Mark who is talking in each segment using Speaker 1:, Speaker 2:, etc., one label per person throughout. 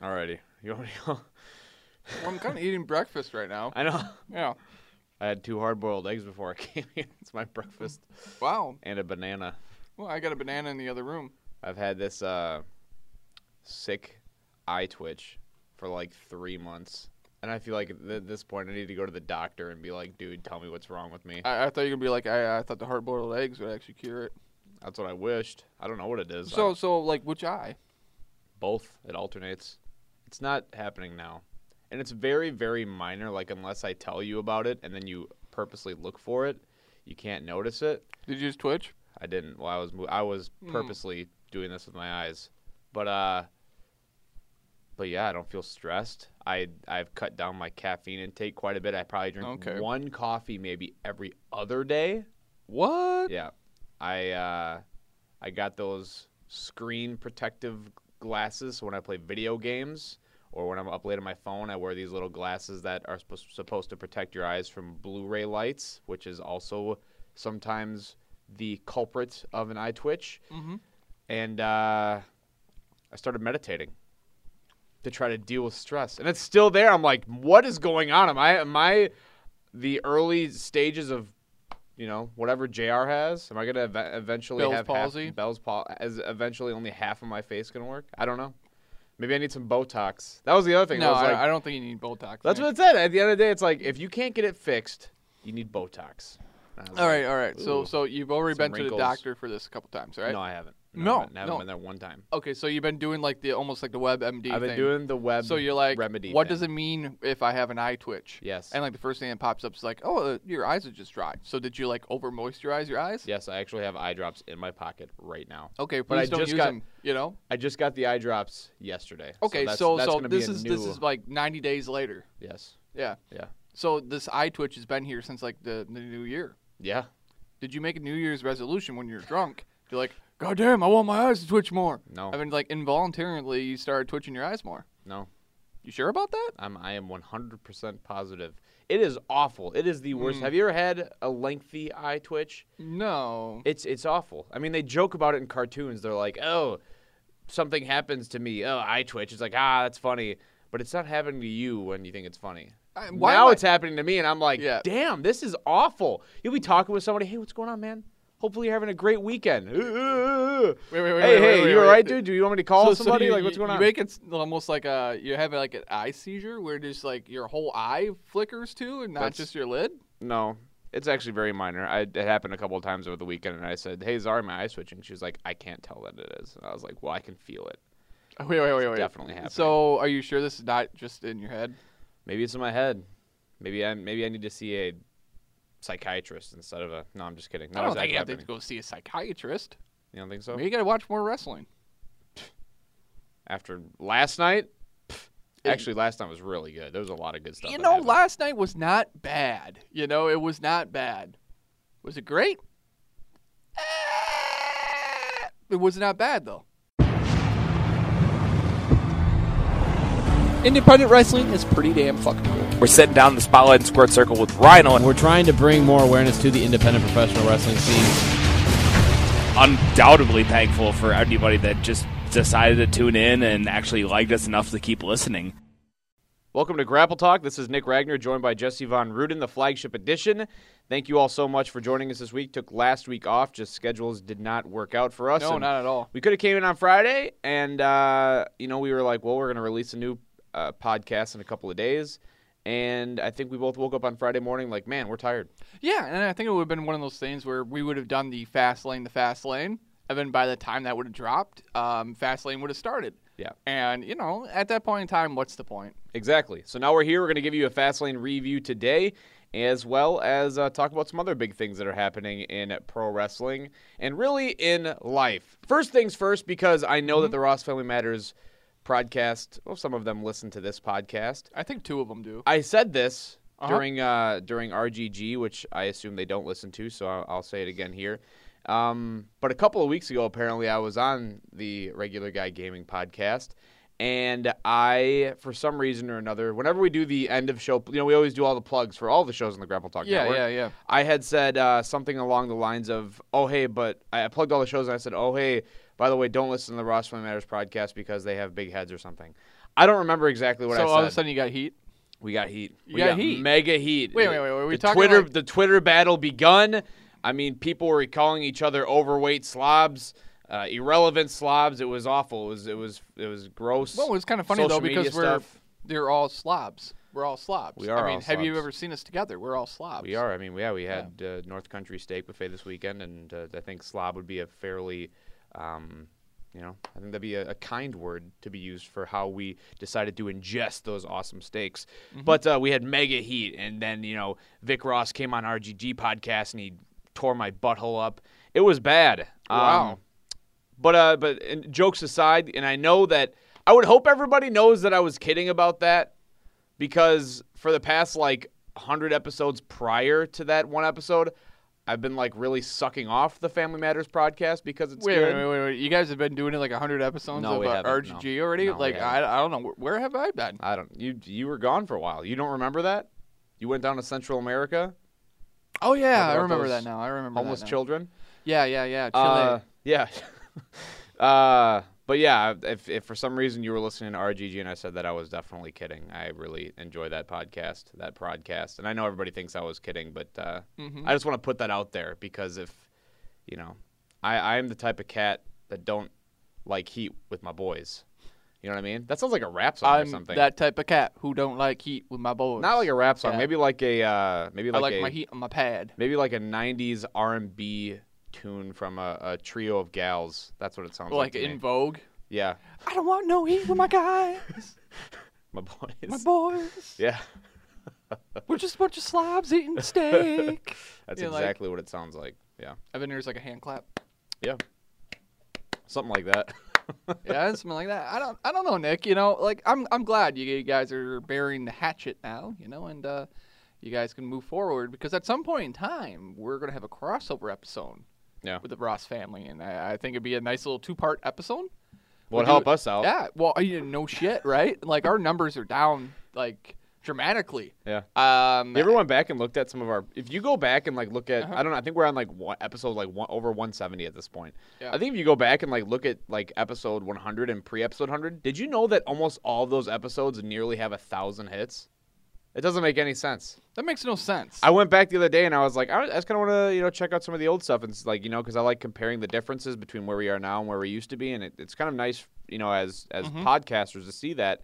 Speaker 1: Alrighty. You want me to go?
Speaker 2: Well, I'm kind of eating breakfast right now.
Speaker 1: I know.
Speaker 2: Yeah.
Speaker 1: I had two hard boiled eggs before I came here. It's my breakfast.
Speaker 2: Wow.
Speaker 1: And a banana.
Speaker 2: Well, I got a banana in the other room.
Speaker 1: I've had this uh, sick eye twitch for like three months. And I feel like at th- this point I need to go to the doctor and be like, dude, tell me what's wrong with me.
Speaker 2: I, I thought you were gonna be like, I, I thought the hard boiled eggs would actually cure it.
Speaker 1: That's what I wished. I don't know what it is.
Speaker 2: So,
Speaker 1: I-
Speaker 2: so like which eye?
Speaker 1: both, it alternates. It's not happening now. And it's very, very minor. Like, unless I tell you about it and then you purposely look for it, you can't notice it.
Speaker 2: Did you just twitch?
Speaker 1: I didn't. Well, I was mo- I was
Speaker 2: Mm.
Speaker 1: purposely doing this with my eyes, but uh, but yeah, I don't feel stressed. I I've cut down my caffeine intake quite a bit. I probably drink
Speaker 2: Okay.
Speaker 1: one coffee maybe every other day.
Speaker 2: What?
Speaker 1: Yeah, I uh, I got those screen protective glasses so when I play video games or when I'm up late on my phone. I wear these little glasses that are supposed supposed to protect your eyes from Blu-ray lights, which is also sometimes the culprit of an eye twitch.
Speaker 2: Mm-hmm.
Speaker 1: And uh, I started meditating to try to deal with stress, and it's still there. I'm like, what is going on? Am I am I the early stages of you know whatever Jr. has? Am I gonna ev- eventually
Speaker 2: Bell's
Speaker 1: have
Speaker 2: palsy?
Speaker 1: Half, Bell's palsy? Is eventually only half of my face gonna work? I don't know. Maybe I need some Botox. That was the other thing.
Speaker 2: No,
Speaker 1: was
Speaker 2: I,
Speaker 1: like,
Speaker 2: I don't think you need Botox.
Speaker 1: that's
Speaker 2: man.
Speaker 1: what it said. At the end of the day, it's like if you can't get it fixed, you need Botox. And I was
Speaker 2: All
Speaker 1: like,
Speaker 2: right, all right. So,
Speaker 1: Ooh.
Speaker 2: so you've already
Speaker 1: Some
Speaker 2: been to
Speaker 1: wrinkles.
Speaker 2: the doctor for this a couple times, right?
Speaker 1: No, I haven't. I
Speaker 2: No,
Speaker 1: haven't, I haven't
Speaker 2: no.
Speaker 1: been there one time.
Speaker 2: Okay, so you've been doing like the almost like the web MD.
Speaker 1: I've been
Speaker 2: thing.
Speaker 1: doing the web.
Speaker 2: So you're like,
Speaker 1: remedy.
Speaker 2: what does it mean if I have an eye twitch?
Speaker 1: Yes.
Speaker 2: And like the first thing that pops up is like, oh, uh, your eyes are just dry. So did you like over moisturize your eyes?
Speaker 1: yes, I actually have eye drops in my pocket right now.
Speaker 2: Okay, please
Speaker 1: But I
Speaker 2: don't
Speaker 1: just
Speaker 2: use
Speaker 1: got-
Speaker 2: them. You know.
Speaker 1: I just got the eye drops yesterday.
Speaker 2: Okay,
Speaker 1: that's-
Speaker 2: so
Speaker 1: that's
Speaker 2: so,
Speaker 1: gonna be
Speaker 2: this
Speaker 1: a
Speaker 2: is
Speaker 1: new,
Speaker 2: this is like 90 days later.
Speaker 1: yes,
Speaker 2: Yeah.
Speaker 1: yeah,
Speaker 2: So this eye twitch has been here since like the, the new year.
Speaker 1: yeah.
Speaker 2: Did you make a New Year's resolution when you're drunk? You're like, God damn, I want my eyes to twitch more.
Speaker 1: No,
Speaker 2: I mean, like involuntarily, you started twitching your eyes more.
Speaker 1: no.
Speaker 2: You sure about that?
Speaker 1: I'm I am 100% positive. It is awful. It is the worst.
Speaker 2: Mm.
Speaker 1: Have you ever had a lengthy eye twitch?
Speaker 2: No.
Speaker 1: It's it's awful. I mean, they joke about it in cartoons. They're like, "Oh, something happens to me. Oh, I twitch." It's like, "Ah, that's funny." But it's not happening to you when you think it's funny.
Speaker 2: I, why am
Speaker 1: Now
Speaker 2: I-
Speaker 1: it's happening to me, and I'm like,
Speaker 2: Yeah.
Speaker 1: "Damn, this is awful." You'll be talking with somebody, "Hey, what's going on, man? Hopefully, you're having a great weekend." Hey,
Speaker 2: Wait, wait, wait.
Speaker 1: hey,
Speaker 2: wait, wait, wait,
Speaker 1: you all
Speaker 2: wait.
Speaker 1: right, dude? Do you want me to call somebody?
Speaker 2: you-
Speaker 1: like, what's
Speaker 2: you-
Speaker 1: going on?
Speaker 2: You make it s- almost like a you have like an eye seizure where just like your whole eye flickers too, and not
Speaker 1: That's-
Speaker 2: just your lid.
Speaker 1: No, it's actually very minor. I, it happened a couple of times over the weekend, and I said, "Hey, Zara, my eye switching." She was like, "I can't tell that it is." And I was like, "Well, I can feel it.
Speaker 2: Oh, Wait, wait, wait, wait.
Speaker 1: definitely happening.
Speaker 2: So, are you sure this is not just in your head?
Speaker 1: Maybe it's in my head. Maybe I maybe I need to see a psychiatrist instead of a." No, I'm just kidding. No,
Speaker 2: I don't
Speaker 1: it's
Speaker 2: think you have
Speaker 1: actually
Speaker 2: to go see a psychiatrist.
Speaker 1: happening. You don't think so?
Speaker 2: Maybe you got to watch more wrestling.
Speaker 1: After last night, Pff,
Speaker 2: It-
Speaker 1: actually, last night was really good. There was a lot of good stuff.
Speaker 2: You
Speaker 1: that
Speaker 2: know,
Speaker 1: happened.
Speaker 2: last night was not bad. You know, it was not bad. Was it great? Eh, It was not bad though.
Speaker 3: Independent wrestling is pretty damn fucking cool.
Speaker 4: We're sitting down in the spotlight and squared circle with Rhino, and
Speaker 5: We're trying to bring more awareness to the independent professional wrestling scene.
Speaker 4: undoubtedly thankful for anybody that just decided to tune in and actually liked us enough to keep listening.
Speaker 1: Welcome to Grapple Talk. This is Nick Ragnar, joined by Jesse Von Ruden, the flagship edition. Thank you all so much for joining us this week. Took last week off, just schedules did not work out for us.
Speaker 2: No,
Speaker 1: and
Speaker 2: not at all.
Speaker 1: We could have came in on Friday, and uh, you know we were like, well, we're going to release a new uh, podcast in a couple of days, and I think we both woke up on Friday morning like, man, we're tired.
Speaker 2: Yeah, and I think it would have been one of those things where we would have done the fast lane, the fast lane, and then by the time that would have dropped, um, fast lane would have started.
Speaker 1: Yeah.
Speaker 2: And you know, at that point in time, what's the point?
Speaker 1: Exactly. So now we're here. We're going to give you a fast lane review today, as well as uh, talk about some other big things that are happening in pro wrestling and really in life. First things first, because I know that the Ross Family Matters podcast. Well, some of them listen to this podcast.
Speaker 2: I think two of them do.
Speaker 1: I said this
Speaker 2: Uh-huh.
Speaker 1: during uh, during RGG, which I assume they don't listen to, so I'll, I'll say it again here. Um, but a couple of weeks ago, apparently, I was on the Regular Guy Gaming podcast, And I, for some reason or another, whenever we do the end of show, you know, we always do all the plugs for all the shows on the Grapple Talk
Speaker 2: Yeah,
Speaker 1: Network.
Speaker 2: yeah, yeah.
Speaker 1: I had said uh, something along the lines of, "Oh hey," but I I plugged all the shows and I said, "Oh hey, by the way, don't listen to the Ross Family Matters podcast because they have big heads or something." I don't remember exactly what
Speaker 2: so
Speaker 1: I said.
Speaker 2: all of a sudden you got heat.
Speaker 1: we got heat.
Speaker 2: You
Speaker 1: we
Speaker 2: got heat.
Speaker 1: Mega heat.
Speaker 2: Wait, wait, wait, wait, we
Speaker 1: the
Speaker 2: talking
Speaker 1: Twitter
Speaker 2: like-
Speaker 1: the Twitter battle begun. I mean, people were calling each other overweight slobs, uh, irrelevant slobs. It was awful. It was it was it was gross.
Speaker 2: Well, it was kind of funny
Speaker 1: Social
Speaker 2: though because
Speaker 1: media
Speaker 2: we're
Speaker 1: stuff.
Speaker 2: they're all slobs. We're all slobs.
Speaker 1: We are
Speaker 2: I mean,
Speaker 1: all
Speaker 2: have you
Speaker 1: slobs.
Speaker 2: ever seen us together? We're all slobs.
Speaker 1: We are. I mean, yeah, we had uh, North Country Steak Buffet this weekend, and uh, I think slob would be a fairly, um, you know, I think that'd be a, a kind word to be used for how we decided to ingest those awesome steaks. But uh, we had mega heat, and then, you know, Vic Ross came on RGG podcast and he tore my butthole up. It was bad. Um,
Speaker 2: Wow.
Speaker 1: But uh, but and jokes aside, and I know that I would hope everybody knows that I was kidding about that because for the past like 100 episodes prior to that one episode, I've been like really sucking off the Family Matters podcast because it's
Speaker 2: Wait,
Speaker 1: good.
Speaker 2: wait, wait, wait, wait. You guys have been doing it like 100 episodes
Speaker 1: No,
Speaker 2: of
Speaker 1: we
Speaker 2: uh,
Speaker 1: haven't, no.
Speaker 2: RGG already?
Speaker 1: No, we
Speaker 2: like, I, I don't know. Where- Where have I been?
Speaker 1: I don't you you were gone for a while. You don't remember that? You went down to Central America,
Speaker 2: Oh, yeah. I
Speaker 1: about
Speaker 2: remember
Speaker 1: those
Speaker 2: that now. I remember
Speaker 1: homeless
Speaker 2: that now.
Speaker 1: children.
Speaker 2: Yeah, yeah, yeah. Chile.
Speaker 1: Uh, yeah. uh, but yeah, if, if for some reason you were listening to RGG and I said that, I was definitely kidding. I really enjoy that podcast, that podcast, and I know everybody thinks I was kidding, but uh,
Speaker 2: Mm-hmm.
Speaker 1: I just want to put that out there because if you know, I I am the type of cat that don't like heat with my boys. You know what I mean? That sounds like a rap song or
Speaker 2: I'm
Speaker 1: something.
Speaker 2: that type of cat who don't like heat with my boys.
Speaker 1: Not like a rap song.
Speaker 2: Yeah.
Speaker 1: Maybe like a uh, maybe
Speaker 2: I
Speaker 1: like,
Speaker 2: like
Speaker 1: a,
Speaker 2: my heat on my pad.
Speaker 1: maybe like a '90s R&B tune from a, a trio of gals. That's what it sounds like.
Speaker 2: Like
Speaker 1: to me.
Speaker 2: in Vogue.
Speaker 1: Yeah,
Speaker 2: I don't want no heat with my guys.
Speaker 1: my boys.
Speaker 2: My boys.
Speaker 1: yeah,
Speaker 2: We're just a bunch of slobs eating steak.
Speaker 1: that's
Speaker 2: Yeah, like-
Speaker 1: exactly what it sounds like. Yeah,
Speaker 2: I've been here's like a hand clap.
Speaker 1: yeah, something like that.
Speaker 2: yeah, and something like that. I don't, I don't know, Nick. You know, like I'm, I'm glad you guys are burying the hatchet now. You know, and uh, you guys can move forward because at some point in time we're gonna have a crossover episode
Speaker 1: yeah,
Speaker 2: with the Ross family, and I, I think it'd be a nice little two-part episode.
Speaker 1: well,
Speaker 2: do-
Speaker 1: help us out.
Speaker 2: Yeah. Well, I mean, no shit, right? Like our numbers are down like dramatically.
Speaker 1: yeah.
Speaker 2: Um,
Speaker 1: You ever went back and looked at some of our? If you go back and like look at, I don't know. I think we're on like one episode like one over 170 at this point.
Speaker 2: Yeah.
Speaker 1: I think if you go back and like look at like episode 100 and pre-episode 100, did you know that almost all those episodes nearly have a thousand hits? It doesn't make any sense.
Speaker 2: that makes no sense.
Speaker 1: I went back the other day and I was like, I, I just kind of want to, you know, check out some of the old stuff and s- like, you know, because I like comparing the differences between where we are now and where we used to be, and it, it's kind of nice, you know, as as
Speaker 2: Mm-hmm.
Speaker 1: podcasters to see that.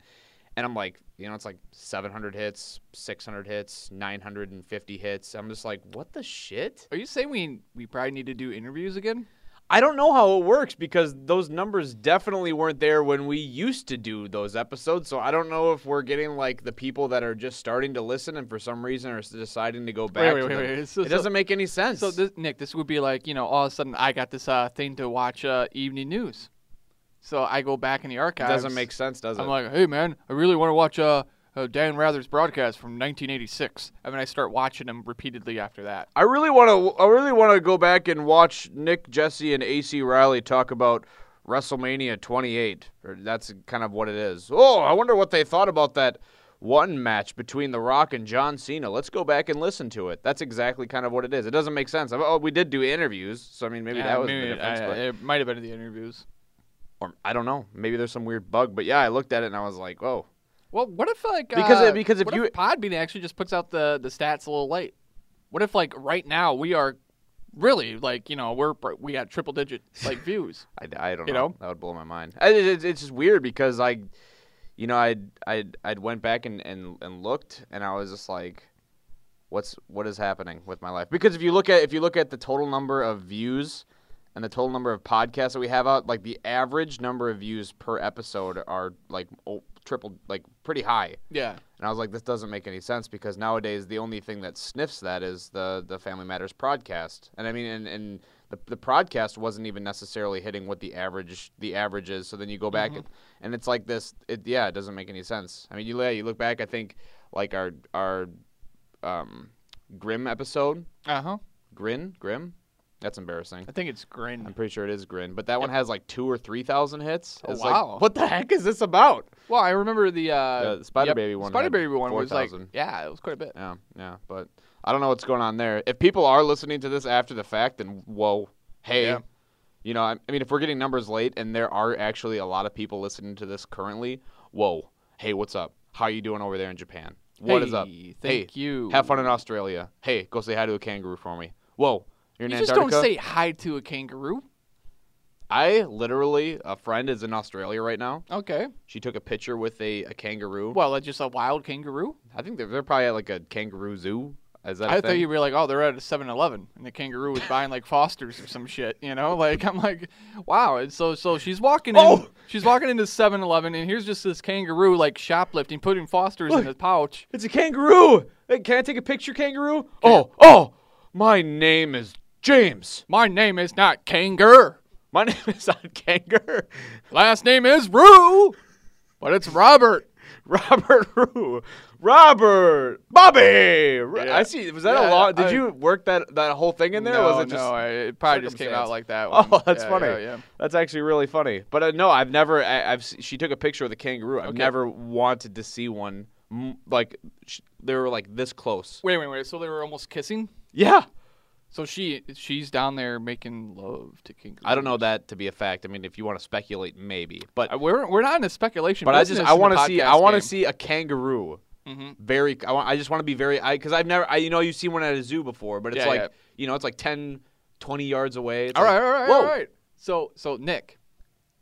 Speaker 1: And I'm like, you know, it's like 700 hits, 600 hits, 950 hits. I'm just like, what the shit?
Speaker 2: are you saying we, we probably need to do interviews again?
Speaker 1: I don't know how it works because those numbers definitely weren't there when we used to do those episodes. So I don't know if we're getting like the people that are just starting to listen and for some reason are s- deciding to go back.
Speaker 2: wait,
Speaker 1: to
Speaker 2: wait,
Speaker 1: them.
Speaker 2: wait. So-
Speaker 1: it doesn't make any sense.
Speaker 2: So, this, Nick, this would be like, you know, all of a sudden I got this uh, thing to watch uh, evening news. So I go back in the archives.
Speaker 1: doesn't make sense, does it?
Speaker 2: I'm like, hey, man, I really want to watch uh, uh, Dan Rather's broadcast from 1986. I mean, I start watching them repeatedly after that.
Speaker 1: I really want to. I really want to go back and watch Nick Jesse and AC Riley talk about WrestleMania 28. Or that's kind of what it is. Oh, I wonder what they thought about that one match between The Rock and John Cena. Let's go back and listen to it. That's exactly kind of what it is. It doesn't make sense. I- Oh, we did do interviews, so I mean maybe
Speaker 2: Yeah,
Speaker 1: that was
Speaker 2: maybe
Speaker 1: the
Speaker 2: it-
Speaker 1: difference.
Speaker 2: I-
Speaker 1: but-
Speaker 2: it might have been in the interviews.
Speaker 1: or I don't know. Maybe there's some weird bug. But yeah, I looked at it and I was like, whoa.
Speaker 2: Well, what if like
Speaker 1: Because
Speaker 2: uh,
Speaker 1: it- because if
Speaker 2: what
Speaker 1: you-
Speaker 2: Podbean actually just puts out the the stats a little late? What if like right now we are really like you know we're we got triple digit like views?
Speaker 1: I, I don't
Speaker 2: You
Speaker 1: know.
Speaker 2: know?
Speaker 1: That would blow my mind. I- It, it, it's just weird because I, you know, I I I went back and, and, and looked, and I was just like, what's what is happening with my life? Because if you look at if you look at the total number of views and the total number of podcasts that we have out, like the average number of views per episode are like oh, triple, like pretty high.
Speaker 2: Yeah.
Speaker 1: And I was like, this doesn't make any sense because nowadays the only thing that sniffs that is the the Family Matters podcast. And I mean, and, and the the podcast wasn't even necessarily hitting what the average the average is. So then you go back
Speaker 2: Mm-hmm.
Speaker 1: and, and it's like this. It yeah, it doesn't make any sense. I mean, you yeah, you look back. I think like our our um, Grim episode,
Speaker 2: Uh huh.
Speaker 1: Grin Grim. That's embarrassing.
Speaker 2: I think it's Grin.
Speaker 1: I'm pretty sure it is Grin, but that one has like two or three thousand hits.
Speaker 2: Oh,
Speaker 1: It's
Speaker 2: wow.
Speaker 1: like, what the heck is this about?
Speaker 2: Well, I remember the uh,
Speaker 1: the Spider Baby one
Speaker 2: Spider
Speaker 1: had
Speaker 2: Baby one was like,
Speaker 1: 4,000.
Speaker 2: yeah, it was quite a bit.
Speaker 1: Yeah, yeah, but I don't know what's going on there. If people are listening to this after the fact, then whoa, hey,
Speaker 2: Yeah.
Speaker 1: you know, I, I mean, if we're getting numbers late and there are actually a lot of people listening to this currently, whoa, hey, what's up? How you doing over there in Japan? What is up?
Speaker 2: Hey,
Speaker 1: hey,
Speaker 2: thank you.
Speaker 1: Have fun in Australia. Hey, go say hi to a kangaroo for me. Whoa, you're in
Speaker 2: You just
Speaker 1: Antarctica.
Speaker 2: don't say hi to a kangaroo.
Speaker 1: I literally, a friend is in Australia right now.
Speaker 2: Okay.
Speaker 1: She took a picture with a, a kangaroo.
Speaker 2: Well, that's just a wild kangaroo.
Speaker 1: I think they're, they're probably at like a kangaroo zoo. Is that a
Speaker 2: I thought
Speaker 1: thing?
Speaker 2: you'd be like, oh, they're at a 7-Eleven, and the kangaroo was buying like Foster's or some shit, you know? Like I'm like, wow. And so so she's walking in,
Speaker 1: Oh!
Speaker 2: she's walking into 7-Eleven, and here's just this kangaroo like shoplifting, putting Foster's in
Speaker 1: Look.
Speaker 2: his pouch.
Speaker 1: It's a kangaroo. Hey, can I take a picture, kangaroo? Oh, oh, my name is James.
Speaker 2: My name is not Kangar.
Speaker 1: My name is not Kangar.
Speaker 2: Last name is Roo, but it's Robert.
Speaker 1: Robert Roo. Robert Bobby. Ro- I see. Was that a
Speaker 2: Yeah,
Speaker 1: long? Did
Speaker 2: I-
Speaker 1: you work that that whole thing in there?
Speaker 2: no,
Speaker 1: or was it just?
Speaker 2: no, I- it probably just came out
Speaker 1: circumstance?
Speaker 2: like that.
Speaker 1: Oh,
Speaker 2: one.
Speaker 1: that's
Speaker 2: Yeah,
Speaker 1: funny.
Speaker 2: Yeah, yeah.
Speaker 1: That's actually really funny. But uh, no, I've never. I, I've. se- She took a picture of the kangaroo. I've
Speaker 2: Okay.
Speaker 1: never wanted to see one. m- Like sh- they were like this close.
Speaker 2: Wait, wait, wait. So they were almost kissing.
Speaker 1: Yeah.
Speaker 2: So she she's down there making love to kangaroos.
Speaker 1: I don't know that to be a fact. I mean, if you want to speculate, maybe. But
Speaker 2: Uh, We're we're not in a speculation.
Speaker 1: But I just I
Speaker 2: want to
Speaker 1: see I want to see a kangaroo.
Speaker 2: Mhm.
Speaker 1: Very I, want, I just want to be very I because I've never I you know you've seen one at a zoo before, but it's
Speaker 2: Yeah,
Speaker 1: like
Speaker 2: yeah.
Speaker 1: you know it's like 10, 20 yards away. It's
Speaker 2: All right,
Speaker 1: like,
Speaker 2: all right,
Speaker 1: whoa,
Speaker 2: all right. So so Nick,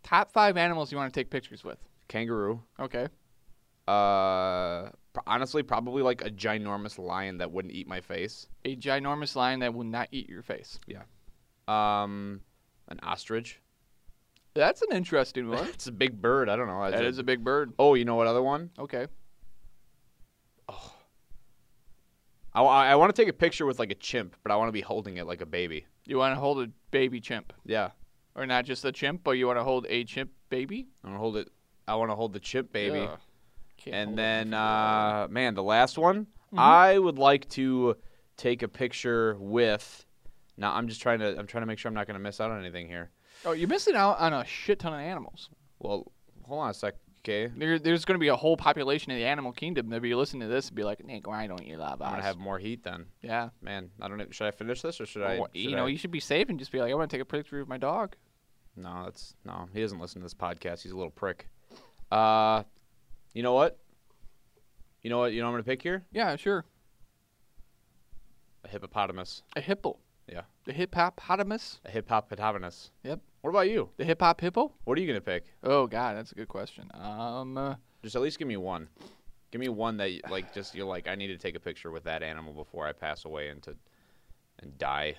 Speaker 2: top five animals you want to take pictures with?
Speaker 1: kangaroo.
Speaker 2: Okay.
Speaker 1: Uh, pr- honestly, probably like a ginormous lion that wouldn't eat my face.
Speaker 2: A ginormous lion that will not eat your face.
Speaker 1: Um, an ostrich.
Speaker 2: That's an interesting one.
Speaker 1: It's a big bird. I don't know.
Speaker 2: that is a big bird.
Speaker 1: Oh, you know what other one?
Speaker 2: Okay.
Speaker 1: I, want to take a picture with like a chimp, but I want to be holding it like a baby.
Speaker 2: You want to hold a baby chimp,
Speaker 1: Yeah,
Speaker 2: or not just a chimp, but you want to hold a chimp baby.
Speaker 1: I want to hold it. I want to hold the chimp baby.
Speaker 2: Ugh. Can't
Speaker 1: And
Speaker 2: hold
Speaker 1: then,
Speaker 2: it. I
Speaker 1: uh, man, the last one,
Speaker 2: Mm-hmm.
Speaker 1: I would like to take a picture with. Now I'm just trying to. I'm trying to make sure I'm not going to miss out on anything here.
Speaker 2: forgot. oh, you're missing out on a shit ton of animals.
Speaker 1: Well, hold on a sec. Okay, I'm
Speaker 2: There, there's going to be a whole population of the animal kingdom that'll be listening to this and be like, Nick, why don't you love us?
Speaker 1: gonna have more heat then.
Speaker 2: yeah.
Speaker 1: Man, I don't. know- Should I finish this or should I?
Speaker 2: Well,
Speaker 1: should
Speaker 2: Oh, you know,
Speaker 1: I-
Speaker 2: you should be safe and just be like, I want to take a picture of my dog.
Speaker 1: no, that's no. He doesn't listen to this podcast. He's a little prick. Uh, you know what? You know what? You know what I'm gonna pick here
Speaker 2: Yeah, sure.
Speaker 1: a hippopotamus.
Speaker 2: A hippo.
Speaker 1: Yeah,
Speaker 2: The hip hop hippopotamus.
Speaker 1: a hippopotamus.
Speaker 2: Yep.
Speaker 1: What about you?
Speaker 2: The hip hop hippo.
Speaker 1: What are you gonna pick?
Speaker 2: Oh God, that's a good question. Um, uh,
Speaker 1: Just at least give me one. Give me one that like just you're like I need to take a picture with that animal before I pass away and to and die.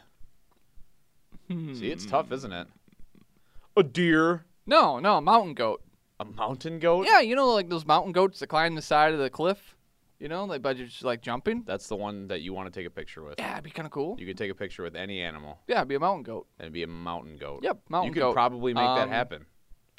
Speaker 2: hmm.
Speaker 1: See, it's tough, isn't it? Mm-hmm. A deer,
Speaker 2: no, no, mountain goat.
Speaker 1: a mountain goat.
Speaker 2: Yeah, you know, like those mountain goats that climb the side of the cliff. You know, like by just like jumping.
Speaker 1: That's the one that you want to take a picture with.
Speaker 2: Yeah, it'd be kind of cool.
Speaker 1: You could take a picture with any animal
Speaker 2: Yeah, it'd be a mountain goat.
Speaker 1: and it'd be a mountain goat.
Speaker 2: Yep, mountain
Speaker 1: you could
Speaker 2: goat.
Speaker 1: probably make that
Speaker 2: Um,
Speaker 1: happen.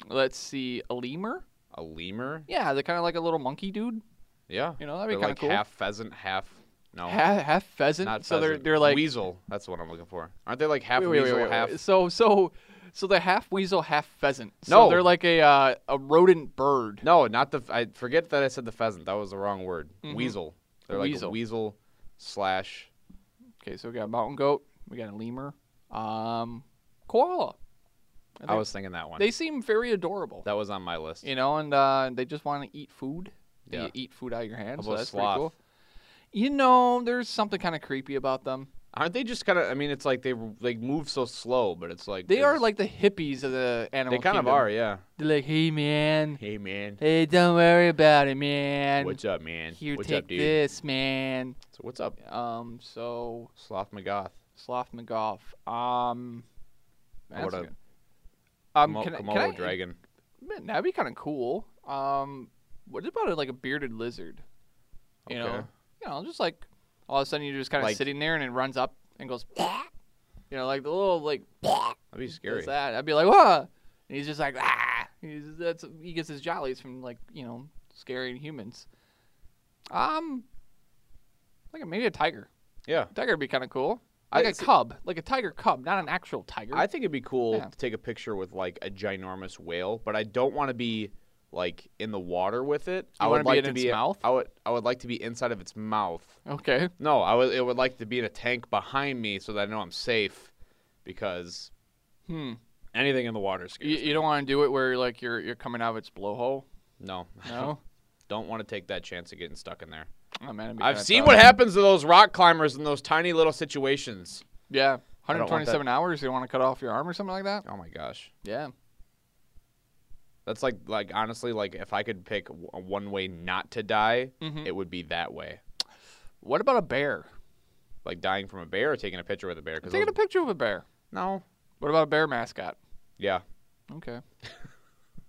Speaker 2: Let's see, a lemur.
Speaker 1: A lemur?
Speaker 2: Yeah, they're kind of like a little monkey dude.
Speaker 1: Yeah.
Speaker 2: You know, that'd be
Speaker 1: They're
Speaker 2: kinda
Speaker 1: like
Speaker 2: cool.
Speaker 1: half pheasant, half no.
Speaker 2: half, half pheasant.
Speaker 1: Not
Speaker 2: so they're
Speaker 1: pheasant.
Speaker 2: they're like
Speaker 1: weasel. That's what I'm looking for. Aren't they like half
Speaker 2: Wait, wait, wait,
Speaker 1: weasel,
Speaker 2: wait,
Speaker 1: half?
Speaker 2: wait. so so so they're half weasel, half pheasant. so
Speaker 1: No.
Speaker 2: they're like a uh, a rodent bird.
Speaker 1: No, not the. I forget that I said the pheasant. That was the wrong word. Weasel. They're like
Speaker 2: Mm-hmm. Weasel.
Speaker 1: a weasel slash.
Speaker 2: Okay, so we got a mountain goat, we got a lemur, um, koala.
Speaker 1: I was thinking that one.
Speaker 2: They seem very adorable,
Speaker 1: that was on my list.
Speaker 2: you know, and uh, they just want to eat food. They
Speaker 1: Yeah.
Speaker 2: eat food out of your hand,
Speaker 1: How
Speaker 2: so
Speaker 1: about a
Speaker 2: that's
Speaker 1: sloth?
Speaker 2: pretty cool. You know, there's something kind of creepy about them.
Speaker 1: Aren't they just kind of? I mean, it's like they like move so slow, but it's like
Speaker 2: They
Speaker 1: they're
Speaker 2: are
Speaker 1: just-
Speaker 2: like the hippies of the animal.
Speaker 1: they kind of
Speaker 2: kingdom.
Speaker 1: are. Yeah.
Speaker 2: They're like, hey man,
Speaker 1: Hey man,
Speaker 2: hey, don't worry about it, man.
Speaker 1: what's up, man?
Speaker 2: Here,
Speaker 1: what's
Speaker 2: take
Speaker 1: up, dude?
Speaker 2: this, man.
Speaker 1: So what's up,
Speaker 2: Um, so
Speaker 1: Sloth McGoth?
Speaker 2: Sloth McGoff. Um,
Speaker 1: How
Speaker 2: that's
Speaker 1: about
Speaker 2: good. um,
Speaker 1: Komo-
Speaker 2: can, I- can
Speaker 1: Komodo
Speaker 2: I-
Speaker 1: dragon.
Speaker 2: Man, that'd be kind of cool. Um, what about a, like a bearded lizard? You
Speaker 1: Okay.
Speaker 2: know, you know, just like all of a sudden you're just kind of
Speaker 1: Like-
Speaker 2: sitting there and it runs up and goes, you know, like the little like
Speaker 1: That'd be
Speaker 2: does
Speaker 1: scary.
Speaker 2: that. I'd be like, whoa, and he's just like, ah, he's that's he gets his jollies from like you know scaring humans. Um, like maybe a tiger.
Speaker 1: Yeah.
Speaker 2: Tiger would be kind of cool. like
Speaker 1: I-
Speaker 2: a cub, like a tiger cub, not an actual tiger.
Speaker 1: I think it'd be cool
Speaker 2: Yeah.
Speaker 1: to take a picture with like a ginormous whale, but I don't want to be like in the water with it. I
Speaker 2: wanna
Speaker 1: would
Speaker 2: be
Speaker 1: like
Speaker 2: in
Speaker 1: to
Speaker 2: its
Speaker 1: be
Speaker 2: mouth?
Speaker 1: I would I would like to be inside of its mouth.
Speaker 2: okay,
Speaker 1: No, I would it would like to be in a tank behind me so that I know I'm safe because
Speaker 2: Hmm.
Speaker 1: anything in the water
Speaker 2: you,
Speaker 1: scares me.
Speaker 2: you don't want to do it where like you're you're coming out of its blowhole.
Speaker 1: No.
Speaker 2: No,
Speaker 1: don't want to take that chance of getting stuck in there.
Speaker 2: oh, man, it'd be
Speaker 1: I've
Speaker 2: kinda
Speaker 1: seen
Speaker 2: tough.
Speaker 1: what happens to those rock climbers in those tiny little situations.
Speaker 2: Yeah,
Speaker 1: I don't want that.
Speaker 2: 127 hours. You want to cut off your arm or something like that?
Speaker 1: Oh my gosh.
Speaker 2: Yeah.
Speaker 1: That's like like honestly like if I could pick w- one way not to die,
Speaker 2: Mhm.
Speaker 1: it would be that way.
Speaker 2: What about a bear?
Speaker 1: Like dying from a bear or taking a picture with a bear
Speaker 2: I'm
Speaker 1: cuz
Speaker 2: taking a picture of a bear.
Speaker 1: No.
Speaker 2: What about a bear mascot?
Speaker 1: Yeah.
Speaker 2: Okay,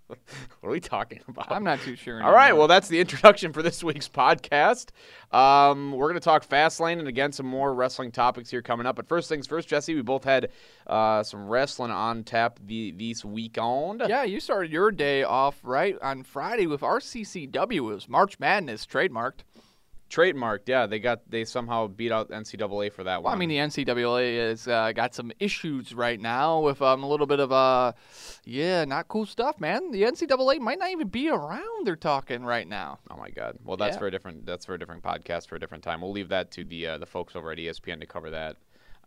Speaker 1: What are we talking about?
Speaker 2: I'm not too sure.
Speaker 1: All right,
Speaker 2: anymore.
Speaker 1: well, that's the introduction for this week's podcast. Um, we're going to talk Fastlane and again some more wrestling topics here coming up. But first things first, Jesse, we both had uh, some wrestling on tap the, this weekend.
Speaker 2: Yeah, you started your day off right on Friday with RCCW. It was March Madness trademarked.
Speaker 1: Trademarked, yeah, they got they somehow beat out NCAA for that
Speaker 2: Well, I
Speaker 1: one.
Speaker 2: mean, the NCAA has uh, got some issues right now with um, a little bit of, uh, yeah, not cool stuff, man. The NCAA might not even be around, they're talking right now.
Speaker 1: oh my God, well that's
Speaker 2: Yeah.
Speaker 1: for a different that's for a different podcast for a different time. We'll leave that to the uh, the folks over at ESPN to cover that.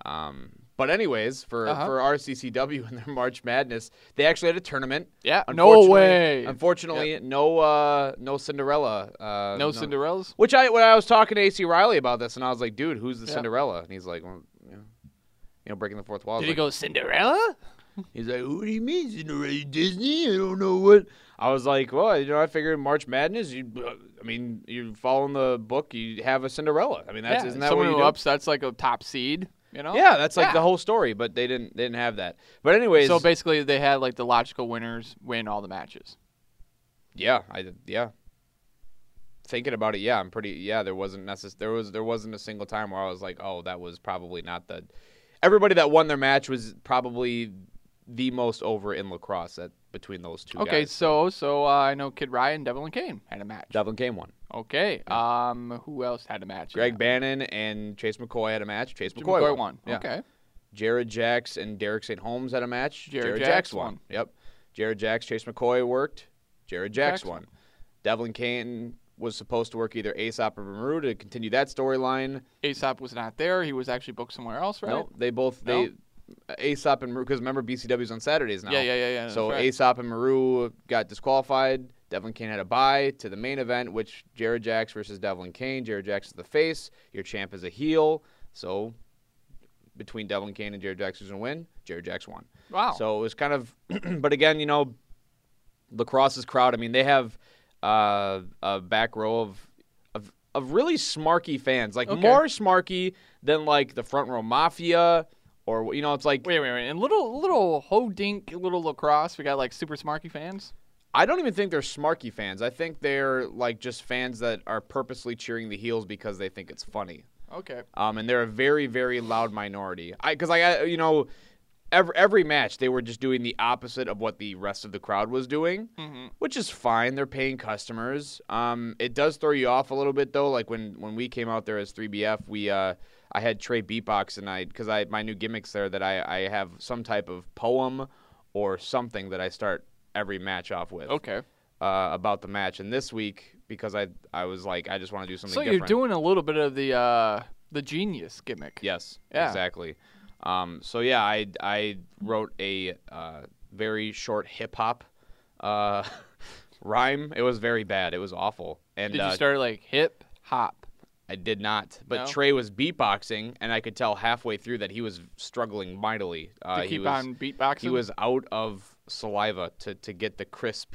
Speaker 1: Um, but anyways, for
Speaker 2: Uh-huh.
Speaker 1: for RCCW and their March Madness, they actually had a tournament.
Speaker 2: Yeah, no
Speaker 1: Unfortunately-
Speaker 2: way.
Speaker 1: Unfortunately, no, uh, no Cinderella. Uh,
Speaker 2: no, Cinderellas?
Speaker 1: Which I, when I was talking to AC Riley about this, and I was like, "Dude, who's the
Speaker 2: Yeah.
Speaker 1: Cinderella?" And he's like, well, you know, you know, breaking the fourth wall. I was
Speaker 2: Did he
Speaker 1: like-
Speaker 2: go Cinderella?
Speaker 1: He's like, "What do you mean Cinderella Disney? I don't know what." I was like, "Well, you know, I figured March Madness. You, I mean, you follow in the book. You have a Cinderella. I mean, that's
Speaker 2: yeah,
Speaker 1: isn't that what
Speaker 2: someone
Speaker 1: you
Speaker 2: who
Speaker 1: do?"
Speaker 2: upsets like a top seed, you know?
Speaker 1: yeah, that's like
Speaker 2: Yeah.
Speaker 1: the whole story, but they didn't they didn't have that. But anyways,
Speaker 2: So basically, they had like the logical winners win all the matches.
Speaker 1: Yeah, I did- yeah. Thinking about it, yeah, I'm pretty yeah, there wasn't necess- there was there wasn't a single time where I was like, "Oh, that was probably not the Everybody that won their match was probably the most over in lacrosse at between those two
Speaker 2: Okay,
Speaker 1: guys.
Speaker 2: so so uh, I know Kid Ryan, Devlin Kane had a match.
Speaker 1: Dublin Kane won.
Speaker 2: Okay, um, who else had a match? in
Speaker 1: Greg
Speaker 2: that?
Speaker 1: Bannon and Chase McCoy had a match. Chase
Speaker 2: Jim
Speaker 1: McCoy,
Speaker 2: McCoy
Speaker 1: won.
Speaker 2: won.
Speaker 1: Yeah.
Speaker 2: Okay,
Speaker 1: Jared Jacks and Derek St. Holmes had a match.
Speaker 2: Jared
Speaker 1: Jared,
Speaker 2: Jacks
Speaker 1: Jacks,
Speaker 2: won.
Speaker 1: won. Yep. Jared Jacks, Chase McCoy worked. Jared Jacks,
Speaker 2: Jacks
Speaker 1: won. Devlin Kane was supposed to work either Aesop or Maru to continue that storyline.
Speaker 2: Aesop was not there. He was actually booked somewhere else, right?
Speaker 1: No, they both
Speaker 2: No?
Speaker 1: they Aesop and Maru because remember BCW's on Saturdays now.
Speaker 2: Yeah, yeah, yeah, yeah. that's
Speaker 1: So
Speaker 2: right.
Speaker 1: Aesop and Maru got disqualified. Devlin Kane had a bye to the main event, which Jared Jacks versus Devlin Kane. Jared Jacks is the face. Your champ is a heel. So between Devlin Kane and Jared Jacks, who's gonna win? Jared Jacks won.
Speaker 2: wow.
Speaker 1: So it was kind of, but again, you know, lacrosse's crowd. I mean, they have uh, a back row of of, of really smarky fans, like
Speaker 2: Okay.
Speaker 1: more smarky than like the front row mafia, or you know, it's like
Speaker 2: wait, wait, wait. And little little hodink little lacrosse. We got like super smarky fans.
Speaker 1: I don't even think they're smarky fans. I think they're like just fans that are purposely cheering the heels because they think it's funny.
Speaker 2: Okay.
Speaker 1: Um, and they're a very, very loud minority. I because I, I- you know, every every match they were just doing the opposite of what the rest of the crowd was doing, which is fine. They're paying customers. Um, it does throw you off a little bit though. Like when when we came out there as 3BF, we uh, I had Trey beatbox and I because I my new gimmicks there that I I have some type of poem or something that I start every match off with
Speaker 2: Okay.
Speaker 1: uh, about the match. And this week because I I was like I just want to do something.
Speaker 2: So
Speaker 1: different.
Speaker 2: you're doing a little bit of the uh the genius gimmick.
Speaker 1: Yes.
Speaker 2: Yeah.
Speaker 1: Exactly. Um, so yeah, I I wrote a uh, very short hip hop uh, rhyme. It was very bad. It was awful. And
Speaker 2: Did
Speaker 1: uh,
Speaker 2: you start like hip hop?
Speaker 1: I did not. But
Speaker 2: No?
Speaker 1: Trey was beatboxing, and I could tell halfway through that he was struggling mightily. Uh,
Speaker 2: To
Speaker 1: he
Speaker 2: keep
Speaker 1: was,
Speaker 2: on beatboxing.
Speaker 1: He was out of saliva to to get the crisp.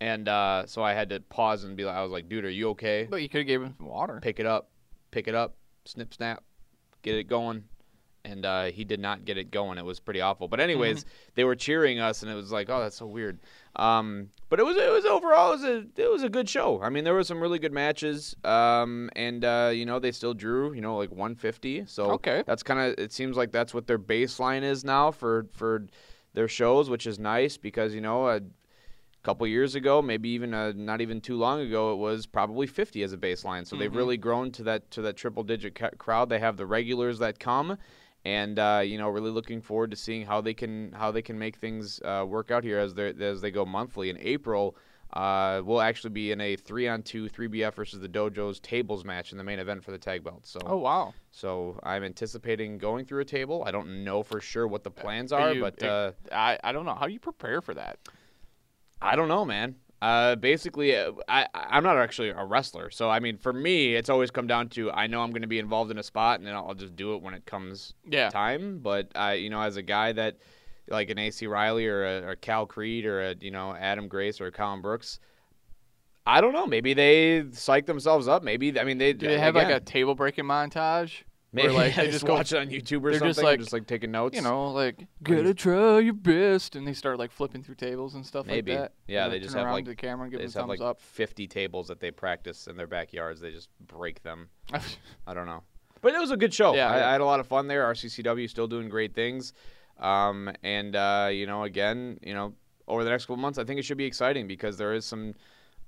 Speaker 1: And uh, so I had to pause and be like, I was like, dude, are you okay?
Speaker 2: But you could have gave him some water.
Speaker 1: pick it up, pick it up, snip snap, get it going. And uh, he did not get it going. It was pretty awful. But anyways, they were cheering us, and it was like, oh, that's so weird. Um, but it was it was overall it was a it was a good show. I mean, there were some really good matches. Um, and uh, you know they still drew you know like 150. So
Speaker 2: Okay.
Speaker 1: that's kind of it seems like that's what their baseline is now for for their shows, which is nice because you know. Uh, A couple years ago, maybe even uh, not even too long ago, it was probably 50 as a baseline. So
Speaker 2: Mm-hmm.
Speaker 1: they've really grown to that to that triple digit ca- crowd. They have the regulars that come, and uh, you know, really looking forward to seeing how they can how they can make things uh, work out here as they as they go monthly. In April, uh, we'll actually be in a three on two three BF versus the Dojos tables match in the main event for the tag belt. So
Speaker 2: Oh wow.
Speaker 1: so I'm anticipating going through a table. I don't know for sure what the plans are,
Speaker 2: you-
Speaker 1: but uh,
Speaker 2: I I don't know how do you prepare for that.
Speaker 1: I don't know, man. Uh, basically, uh, I I- I'm not actually a wrestler, so I mean, for me, it's always come down to I know I'm going to be involved in a spot, and then I'll just do it when it comes
Speaker 2: Yeah.
Speaker 1: time. But I, you know, as a guy that like an AC Riley or a, or Cal Creed or a you know Adam Grace or a Colin Brooks. I don't know. Maybe they psych themselves up. Maybe I mean they
Speaker 2: Do they have like a
Speaker 1: again,
Speaker 2: table breaking montage?
Speaker 1: maybe
Speaker 2: like,
Speaker 1: I
Speaker 2: they
Speaker 1: just
Speaker 2: just go-
Speaker 1: watch it on YouTube or
Speaker 2: they're
Speaker 1: something.
Speaker 2: just
Speaker 1: and
Speaker 2: like,
Speaker 1: just like taking notes.
Speaker 2: You know, like gotta try your best, and they start like flipping through tables and stuff
Speaker 1: Maybe.
Speaker 2: like that.
Speaker 1: Yeah,
Speaker 2: And
Speaker 1: they
Speaker 2: then
Speaker 1: just
Speaker 2: turn
Speaker 1: have,
Speaker 2: around
Speaker 1: like-
Speaker 2: to the camera and give
Speaker 1: they
Speaker 2: them
Speaker 1: just have
Speaker 2: thumbs
Speaker 1: like
Speaker 2: up.
Speaker 1: 50 tables that they practice in their backyards. They just break them. I don't know. But it was a good show.
Speaker 2: Yeah,
Speaker 1: I,
Speaker 2: yeah.
Speaker 1: I had a lot of fun there. RCCW still doing great things. Um, and, uh, you know, again, you know, over the next couple months, I think it should be exciting because there is some,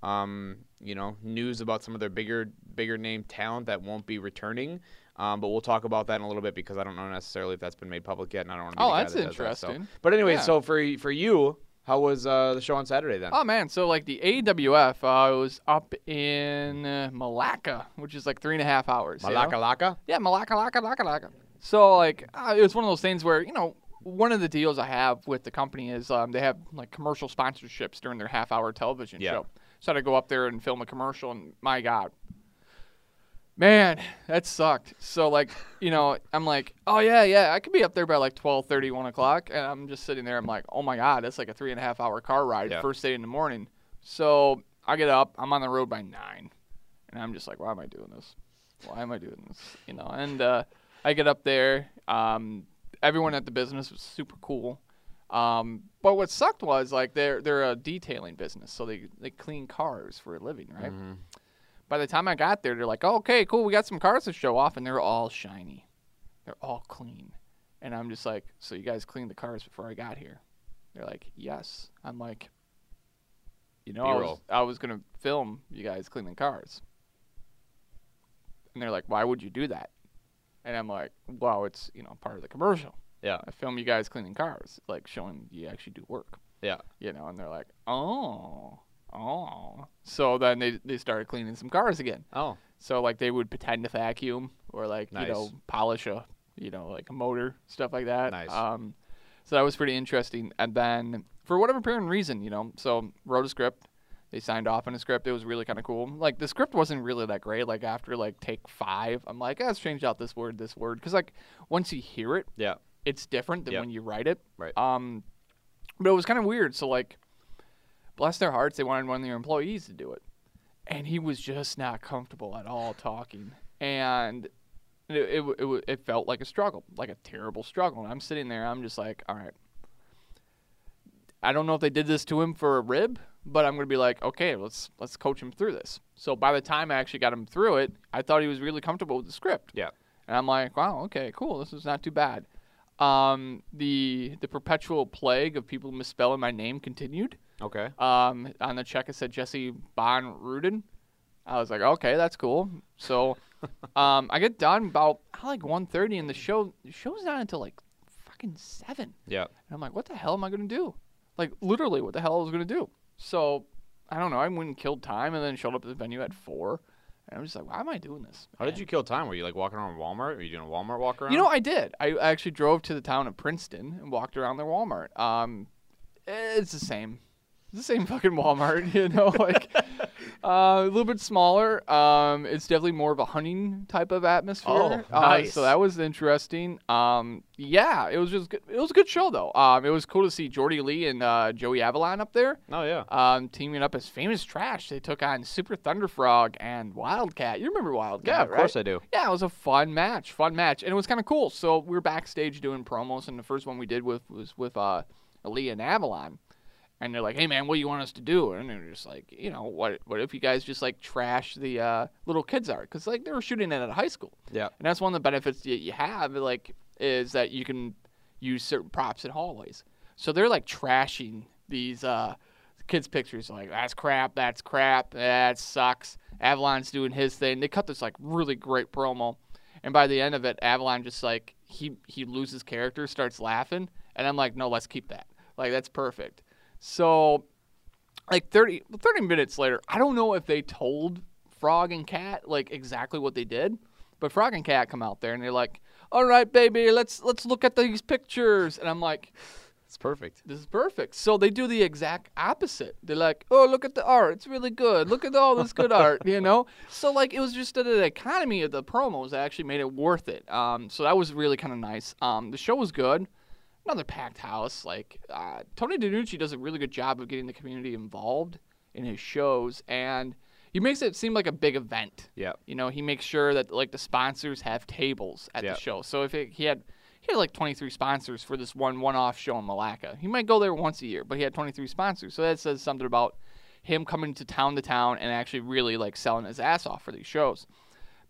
Speaker 1: um, you know, news about some of their bigger, bigger name talent that won't be returning. Um, but we'll talk about that in a little bit because I don't know necessarily if that's been made public yet, and I don't want to.
Speaker 2: Oh,
Speaker 1: be the guy
Speaker 2: that's
Speaker 1: that does that, so-
Speaker 2: interesting.
Speaker 1: But anyway,
Speaker 2: Yeah.
Speaker 1: so for for you, how was uh, the show on Saturday then?
Speaker 2: Oh man, so like the AWF, uh, was up in uh, Malacca, which is like three and a half hours. you know?
Speaker 1: Malaka Laka?
Speaker 2: Yeah, malaka, laka, laka, laka. So, like, uh, it was one of those things where, you know, one of the deals I have with the company is um, they have, like, commercial sponsorships during their half hour television
Speaker 1: Yeah.
Speaker 2: show. So I had to go up there and film a commercial, and my God. Man, that sucked. So, like, you know, I'm like, oh, yeah, yeah, I could be up there by like 12 1 o'clock. And I'm just sitting there, I'm like, oh my God, that's like a three and a half hour car ride
Speaker 1: Yeah.
Speaker 2: first thing in the morning. So I get up, I'm on the road by nine. And I'm just like, why am I doing this? Why am I doing this? You know, and uh, I get up there. Um, everyone at the business was super cool. Um, but what sucked was like they're they're a detailing business, so they they clean cars for a living, right?
Speaker 1: Mm-hmm.
Speaker 2: By the time I got there, they're like, "Oh, okay, cool, we got some cars to show off, and they're all shiny, they're all clean, and I'm just like, so you guys cleaned the cars before I got here? They're like, yes. I'm like, you know, I was,
Speaker 1: B-roll.
Speaker 2: I was gonna film you guys cleaning cars, and they're like, why would you do that? And I'm like, well, it's you know part of the commercial.
Speaker 1: Yeah.
Speaker 2: I film you guys cleaning cars, like showing you actually do work.
Speaker 1: Yeah.
Speaker 2: You know, and they're like, oh, oh. So then they they started cleaning some cars again.
Speaker 1: Oh.
Speaker 2: So like they would pretend to vacuum or like
Speaker 1: Nice.
Speaker 2: you know polish a you know like a motor stuff like that.
Speaker 1: Nice.
Speaker 2: Um, so that was pretty interesting. And then for whatever apparent reason, you know, so wrote a script. They signed off on a script. It was really kind of cool. Like the script wasn't really that great. Like after like take five, I'm like, ah, let's change out this word, this word, because like once you hear it,
Speaker 1: Yeah.
Speaker 2: it's different than
Speaker 1: Yep.
Speaker 2: when you write it.
Speaker 1: Right.
Speaker 2: Um, but it was kind of weird. So like, bless their hearts, they wanted one of their employees to do it, and he was just not comfortable at all talking, and it it w- it, w- it felt like a struggle, like a terrible struggle. And I'm sitting there, I'm just like, all right. I don't know if they did this to him for a rib, but I'm gonna be like, okay, let's let's coach him through this. So by the time I actually got him through it, I thought he was really comfortable with the script.
Speaker 1: Yeah.
Speaker 2: And I'm like, wow, okay, cool. This is not too bad. Um, the the perpetual plague of people misspelling my name continued.
Speaker 1: Okay.
Speaker 2: Um, on the check, it said Jesse Bon Rudin. I was like, okay, that's cool. So, um, I get done about I like 1.30 and the show the show's not until like fucking seven.
Speaker 1: Yeah.
Speaker 2: And I'm like, what the hell am I going to do? Like, literally, what the hell I was going to do? So, I don't know. I went and killed time and then showed up at the venue at four. And I'm just like, why am I doing this?
Speaker 1: How
Speaker 2: man?
Speaker 1: did you kill time? Were you like walking around Walmart? Were you doing a Walmart walk around?
Speaker 2: You know, I did. I actually drove to the town of Princeton and walked around their Walmart. Um, it's the same, it's the same fucking Walmart. You know, like uh, a little bit smaller. Um, it's definitely more of a hunting type of atmosphere.
Speaker 1: Oh,
Speaker 2: Uh,
Speaker 1: nice.
Speaker 2: so that was interesting. Um, yeah, it was just good. it was a good show though. Um, it was cool to see Jordy Lee and uh, Joey Avalon up there.
Speaker 1: oh yeah.
Speaker 2: Um, teaming up as famous trash, they took on Super Thunder Frog and Wildcat. You remember Wildcat?
Speaker 1: yeah, of
Speaker 2: right?
Speaker 1: course I do.
Speaker 2: Yeah, it was a fun match, fun match, and it was kind of cool. So we were backstage doing promos, and the first one we did with was with uh, Lee and Avalon, and they're like, "Hey man, what do you want us to do?" And they're just like, "You know, what what if you guys just like trash the uh, little kids art? Because like they were shooting it at a high school,
Speaker 1: Yeah.
Speaker 2: and that's one of the benefits that you have, like, is that you can use certain props in hallways. So they're like trashing these uh, kids' pictures. Like that's crap. That's crap. That sucks. Avalon's doing his thing. They cut this like really great promo, and by the end of it, Avalon just like he he loses character, starts laughing, and I'm like, no, let's keep that. Like that's perfect. So like 30, 30 minutes later, I don't know if they told Frog and Cat like exactly what they did, but Frog and Cat come out there and they're like, "All right, baby, let's let's look at these pictures." And I'm like,
Speaker 1: It's perfect.
Speaker 2: this is perfect. So they do the exact opposite. They're like, oh, look at the art. It's really good. Look at all this good art, you know? So, like, it was just that the economy of the promos that actually made it worth it. Um, so that was really kind of nice. Um, the show was good. Another packed house. Like, uh, Tony DiNucci does a really good job of getting the community involved in his shows, and he makes it seem like a big event.
Speaker 1: Yeah.
Speaker 2: You know, he makes sure that like the sponsors have tables at
Speaker 1: Yeah.
Speaker 2: the show. So if it, he had he had like 23 sponsors for this one one-off show in Malacca. He might go there once a year, but he had 23 sponsors. So that says something about him coming to town to town and actually really like selling his ass off for these shows.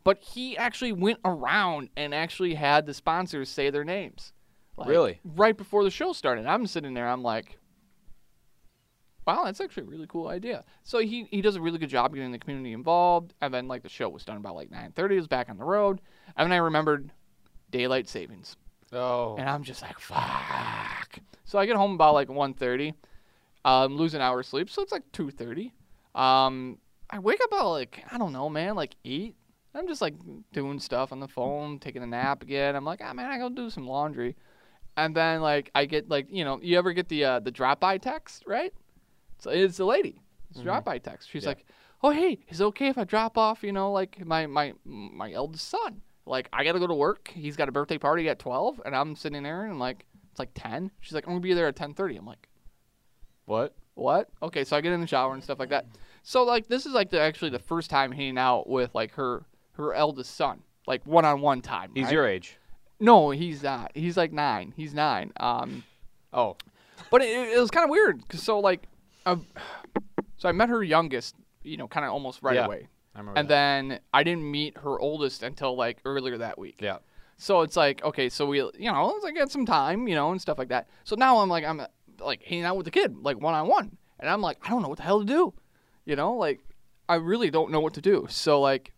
Speaker 2: But he actually went around and actually had the sponsors say their names. Like,
Speaker 1: Really?
Speaker 2: Right before the show started. I'm sitting there, I'm like, wow, that's actually a really cool idea. So he, he does a really good job getting the community involved. And then like the show was done about like 9:30. It was back on the road. And then I remembered daylight savings,
Speaker 1: Oh.
Speaker 2: and I'm just like fuck. So I get home about like 1:30. Um, lose an hour of sleep, so it's like 2:30. Um, I wake up about like I don't know, man, like eight. I'm just like doing stuff on the phone, taking a nap again. I'm like, ah, man, I gotta do some laundry. And then like I get like you know, you ever get the uh, the drop by text, right? So it's a lady. It's
Speaker 1: Mm-hmm.
Speaker 2: a drop by text. She's like, "Oh hey, is it okay if I drop off? You know, like my my my eldest son. Like I gotta go to work. He's got a birthday party at twelve, and I'm sitting there and like it's like ten. She's like, I'm gonna be there at ten thirty. I'm like,
Speaker 1: What?
Speaker 2: what? Okay, so I get in the shower and stuff like that. So like this is like the actually the first time hanging out with like her her eldest son, like one on one time.
Speaker 1: He's
Speaker 2: right?
Speaker 1: your age.
Speaker 2: No, he's not. He's like nine. He's nine. Um,
Speaker 1: Oh.
Speaker 2: but it, it was kind of weird. 'cause so like, I, so I met her youngest, you know, kind of almost right
Speaker 1: Yeah,
Speaker 2: away,
Speaker 1: I remember
Speaker 2: and
Speaker 1: that.
Speaker 2: then I didn't meet her oldest until like earlier that week.
Speaker 1: yeah.
Speaker 2: So it's like, okay, so we, you know, it's like get some time, you know, and stuff like that. So now I'm like, I'm uh, like hanging out with the kid, like one on one, and I'm like, I don't know what the hell to do, you know, like I really don't know what to do. So like,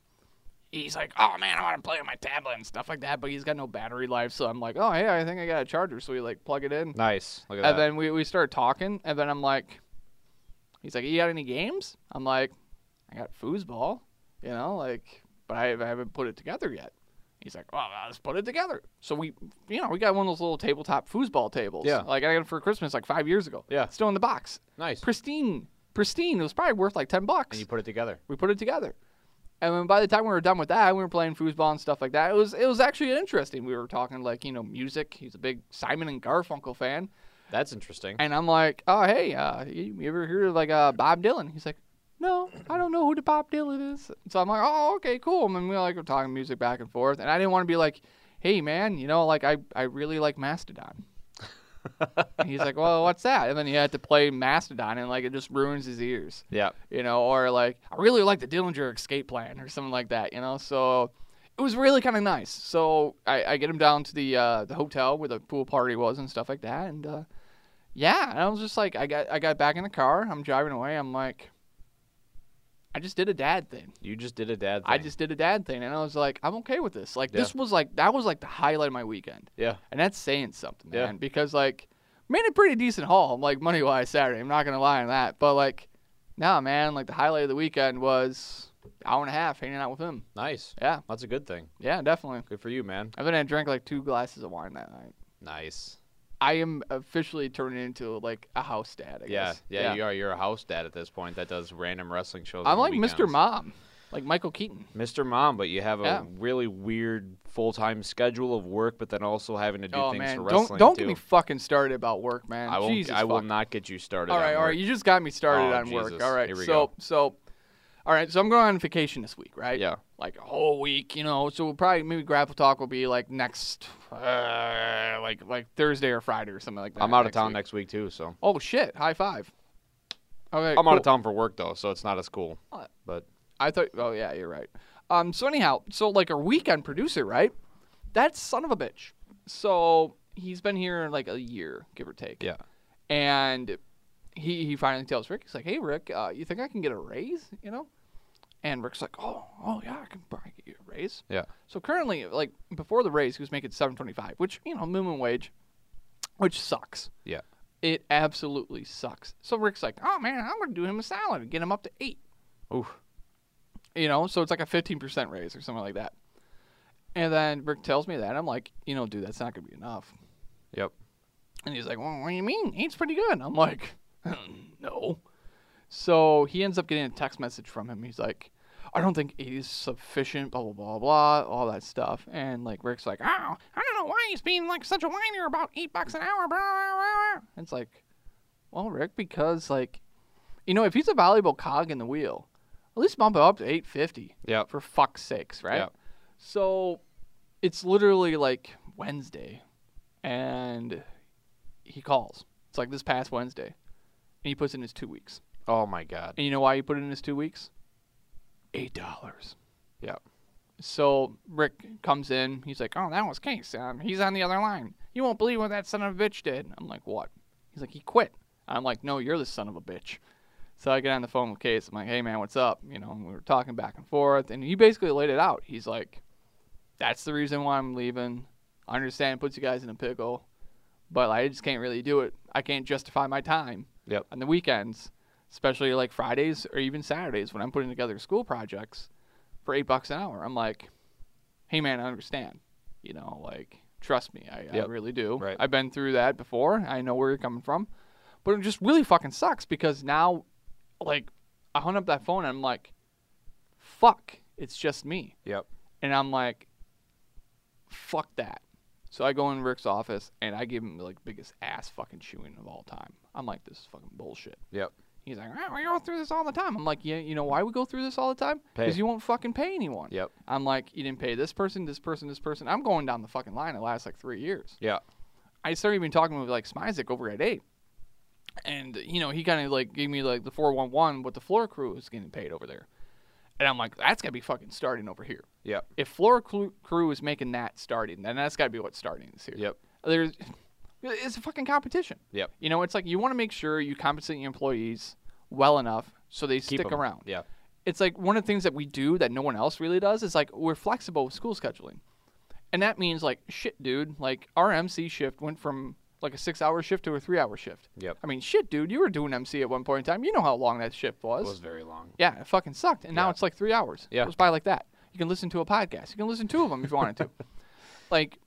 Speaker 2: he's like, oh man, I want to play on my tablet and stuff like that, but he's got no battery life. So I'm like, oh hey, I think I got a charger. So we like plug it in,
Speaker 1: Nice. Look at
Speaker 2: and
Speaker 1: that.
Speaker 2: then we we start talking, and then I'm like, he's like, you got any games? I'm like, I got foosball, you know, like, but I, I haven't put it together yet. He's like, well, let's put it together. So we, you know, we got one of those little tabletop foosball tables.
Speaker 1: Yeah.
Speaker 2: Like I got it for Christmas like five years ago.
Speaker 1: Yeah.
Speaker 2: Still in the box.
Speaker 1: nice.
Speaker 2: Pristine. Pristine. It was probably worth like 10 bucks.
Speaker 1: and you put it together.
Speaker 2: We put it together. And then by the time we were done with that, we were playing foosball and stuff like that. It was it was actually interesting. We were talking like, you know, music. He's a big Simon and Garfunkel fan.
Speaker 1: That's interesting.
Speaker 2: And I'm like, oh hey, uh, you, you ever heard of like uh, Bob Dylan? He's like, no, I don't know who the Bob Dylan is. So I'm like, oh okay, cool. And then we like were talking music back and forth, and I didn't want to be like, hey man, you know, like I I really like Mastodon. and he's like, well, what's that? And then he had to play Mastodon, and like it just ruins his ears
Speaker 1: yeah.
Speaker 2: you know, or like I really like the Dillinger Escape Plan or something like that, you know. So it was really kind of nice. So I, I get him down to the uh, the hotel where the pool party was and stuff like that, and uh, yeah, and I was just like, I got I got back in the car, I'm driving away, I'm like, I just did a dad thing.
Speaker 1: You just did a dad.
Speaker 2: I
Speaker 1: thing.
Speaker 2: just did a dad thing, and I was like, I'm okay with this. Like
Speaker 1: Yeah.
Speaker 2: this was like that was like the highlight of my weekend.
Speaker 1: Yeah.
Speaker 2: And that's saying something,
Speaker 1: Yeah.
Speaker 2: man. Because like made a pretty decent haul, like money wise Saturday. I'm not gonna lie on that. But like, nah, man, like the highlight of the weekend was hour and a half hanging out with him.
Speaker 1: Nice.
Speaker 2: Yeah,
Speaker 1: That's a good thing.
Speaker 2: yeah, definitely.
Speaker 1: Good for you, man.
Speaker 2: I think I drank like two glasses of wine that night.
Speaker 1: Nice.
Speaker 2: I am officially turning into like a house dad. I
Speaker 1: Yeah,
Speaker 2: guess.
Speaker 1: yeah, you are. You're a house dad at this point that does random wrestling shows. on
Speaker 2: I'm
Speaker 1: the
Speaker 2: like Mr.
Speaker 1: weekends.
Speaker 2: Mom, like Michael Keaton.
Speaker 1: Mr. Mom, but you have a
Speaker 2: Yeah.
Speaker 1: really weird full time schedule of work, but then also having to do
Speaker 2: oh
Speaker 1: things for
Speaker 2: man,
Speaker 1: wrestling.
Speaker 2: don't don't
Speaker 1: too.
Speaker 2: get me fucking started about work, man.
Speaker 1: I won't.
Speaker 2: Jesus
Speaker 1: I will
Speaker 2: fuck.
Speaker 1: not get you started.
Speaker 2: All
Speaker 1: on
Speaker 2: right, all
Speaker 1: work.
Speaker 2: right. You just got me started
Speaker 1: Oh,
Speaker 2: on work.
Speaker 1: Jesus.
Speaker 2: All right,
Speaker 1: Here we
Speaker 2: so
Speaker 1: go.
Speaker 2: so, all right. So I'm going on vacation this week, right?
Speaker 1: Yeah.
Speaker 2: like a whole week, you know. So we'll probably maybe grapple talk will be like next, uh, like like Thursday or Friday or something like that.
Speaker 1: I'm out of town
Speaker 2: week.
Speaker 1: next week too, so
Speaker 2: Oh shit! High five. Okay,
Speaker 1: I'm out of town for work though, so it's not as cool.
Speaker 2: What?
Speaker 1: But
Speaker 2: I thought. Oh yeah, you're right. Um. So anyhow, so like our weekend producer, right? That son of a bitch. So he's been here like a year, give or take.
Speaker 1: yeah,
Speaker 2: and he he finally tells Rick, he's like, "Hey Rick, uh, you think I can get a raise? You know?" And Rick's like, "Oh, oh yeah, I can probably get you a raise."
Speaker 1: Yeah.
Speaker 2: So currently, like before the raise, he was making seven twenty five, which you know minimum wage, which sucks.
Speaker 1: Yeah.
Speaker 2: It absolutely sucks. So Rick's like, "Oh man, I'm gonna do him a salad and get him up to eight.
Speaker 1: Oof.
Speaker 2: You know, so it's like a fifteen percent raise or something like that. And then Rick tells me that I'm like, you know, dude, that's not gonna be enough.
Speaker 1: Yep.
Speaker 2: And he's like, well, what do you mean? Eight's pretty good. I'm like, no. So he ends up getting a text message from him. He's like, I don't think eight is sufficient, blah, blah, blah, blah, all that stuff. And like Rick's like, oh, I don't know why he's being like such a whiner about eight bucks an hour. Blah, blah, blah, blah." It's like, well, Rick, because like, you know, if he's a valuable cog in the wheel, at least bump it up to 850
Speaker 1: Yep.
Speaker 2: for fuck's sakes, right?
Speaker 1: Yep.
Speaker 2: So it's literally like Wednesday, and he calls. It's like this past Wednesday, and he puts in his two weeks.
Speaker 1: Oh my God.
Speaker 2: And you know why he put in his two weeks? Eight dollars.
Speaker 1: Yeah.
Speaker 2: So Rick comes in. He's like, "Oh, that was Case. Um, he's on the other line. You won't believe what that son of a bitch did." I'm like, "What?" He's like, "He quit." I'm like, "No, you're the son of a bitch." So I get on the phone with Case. I'm like, "Hey, man, what's up?" You know, and we were talking back and forth, and he basically laid it out. He's like, "That's the reason why I'm leaving. I understand it puts you guys in a pickle, but I just can't really do it. I can't justify my time
Speaker 1: Yep.
Speaker 2: on the weekends, especially like Fridays or even Saturdays when I'm putting together school projects for eight bucks an hour. I'm like, hey man, I understand. You know, like trust me, I, I
Speaker 1: Yep.
Speaker 2: really do.
Speaker 1: Right.
Speaker 2: I've been through that before. I know where you're coming from, but it just really fucking sucks because now, like, I hung up that phone and I'm like, fuck, it's just me.
Speaker 1: Yep.
Speaker 2: And I'm like, fuck that. So I go in Rick's office and I give him the like biggest ass fucking chewing of all time. I'm like, this is fucking bullshit.
Speaker 1: Yep.
Speaker 2: He's like, "Ah, we go through this all the time. I'm like, yeah, you know why we go through this all the time?
Speaker 1: Pay.
Speaker 2: Because you won't fucking pay anyone.
Speaker 1: Yep.
Speaker 2: I'm like, you didn't pay this person, this person, this person. I'm going down the fucking line. It lasts like three years.
Speaker 1: Yeah.
Speaker 2: I started even talking with like Smizik over at eight, and you know he kind of like gave me like the four one one what the floor crew is getting paid over there, and I'm like, that's gotta be fucking starting over here
Speaker 1: Yep.
Speaker 2: if Flora Clu- Crew is making that starting, then that's got to be what starting is here.
Speaker 1: Yep.
Speaker 2: There's, it's a fucking competition.
Speaker 1: Yep.
Speaker 2: You know, it's like you want to make sure you compensate your employees well enough so they
Speaker 1: Keep
Speaker 2: stick
Speaker 1: 'em.
Speaker 2: around.
Speaker 1: Yeah.
Speaker 2: It's like one of the things that we do that no one else really does is like we're flexible with school scheduling. And that means like shit, dude, like our MC shift went from like a six hour shift to a three hour shift.
Speaker 1: Yep.
Speaker 2: I mean, shit, dude, you were doing MC at one point in time. You know how long that shift
Speaker 1: It was very long.
Speaker 2: yeah, it fucking sucked. And now
Speaker 1: Yeah.
Speaker 2: it's like three hours.
Speaker 1: Yeah.
Speaker 2: It was by like that. You can listen to a podcast. You can listen to two of them if you wanted to. Like,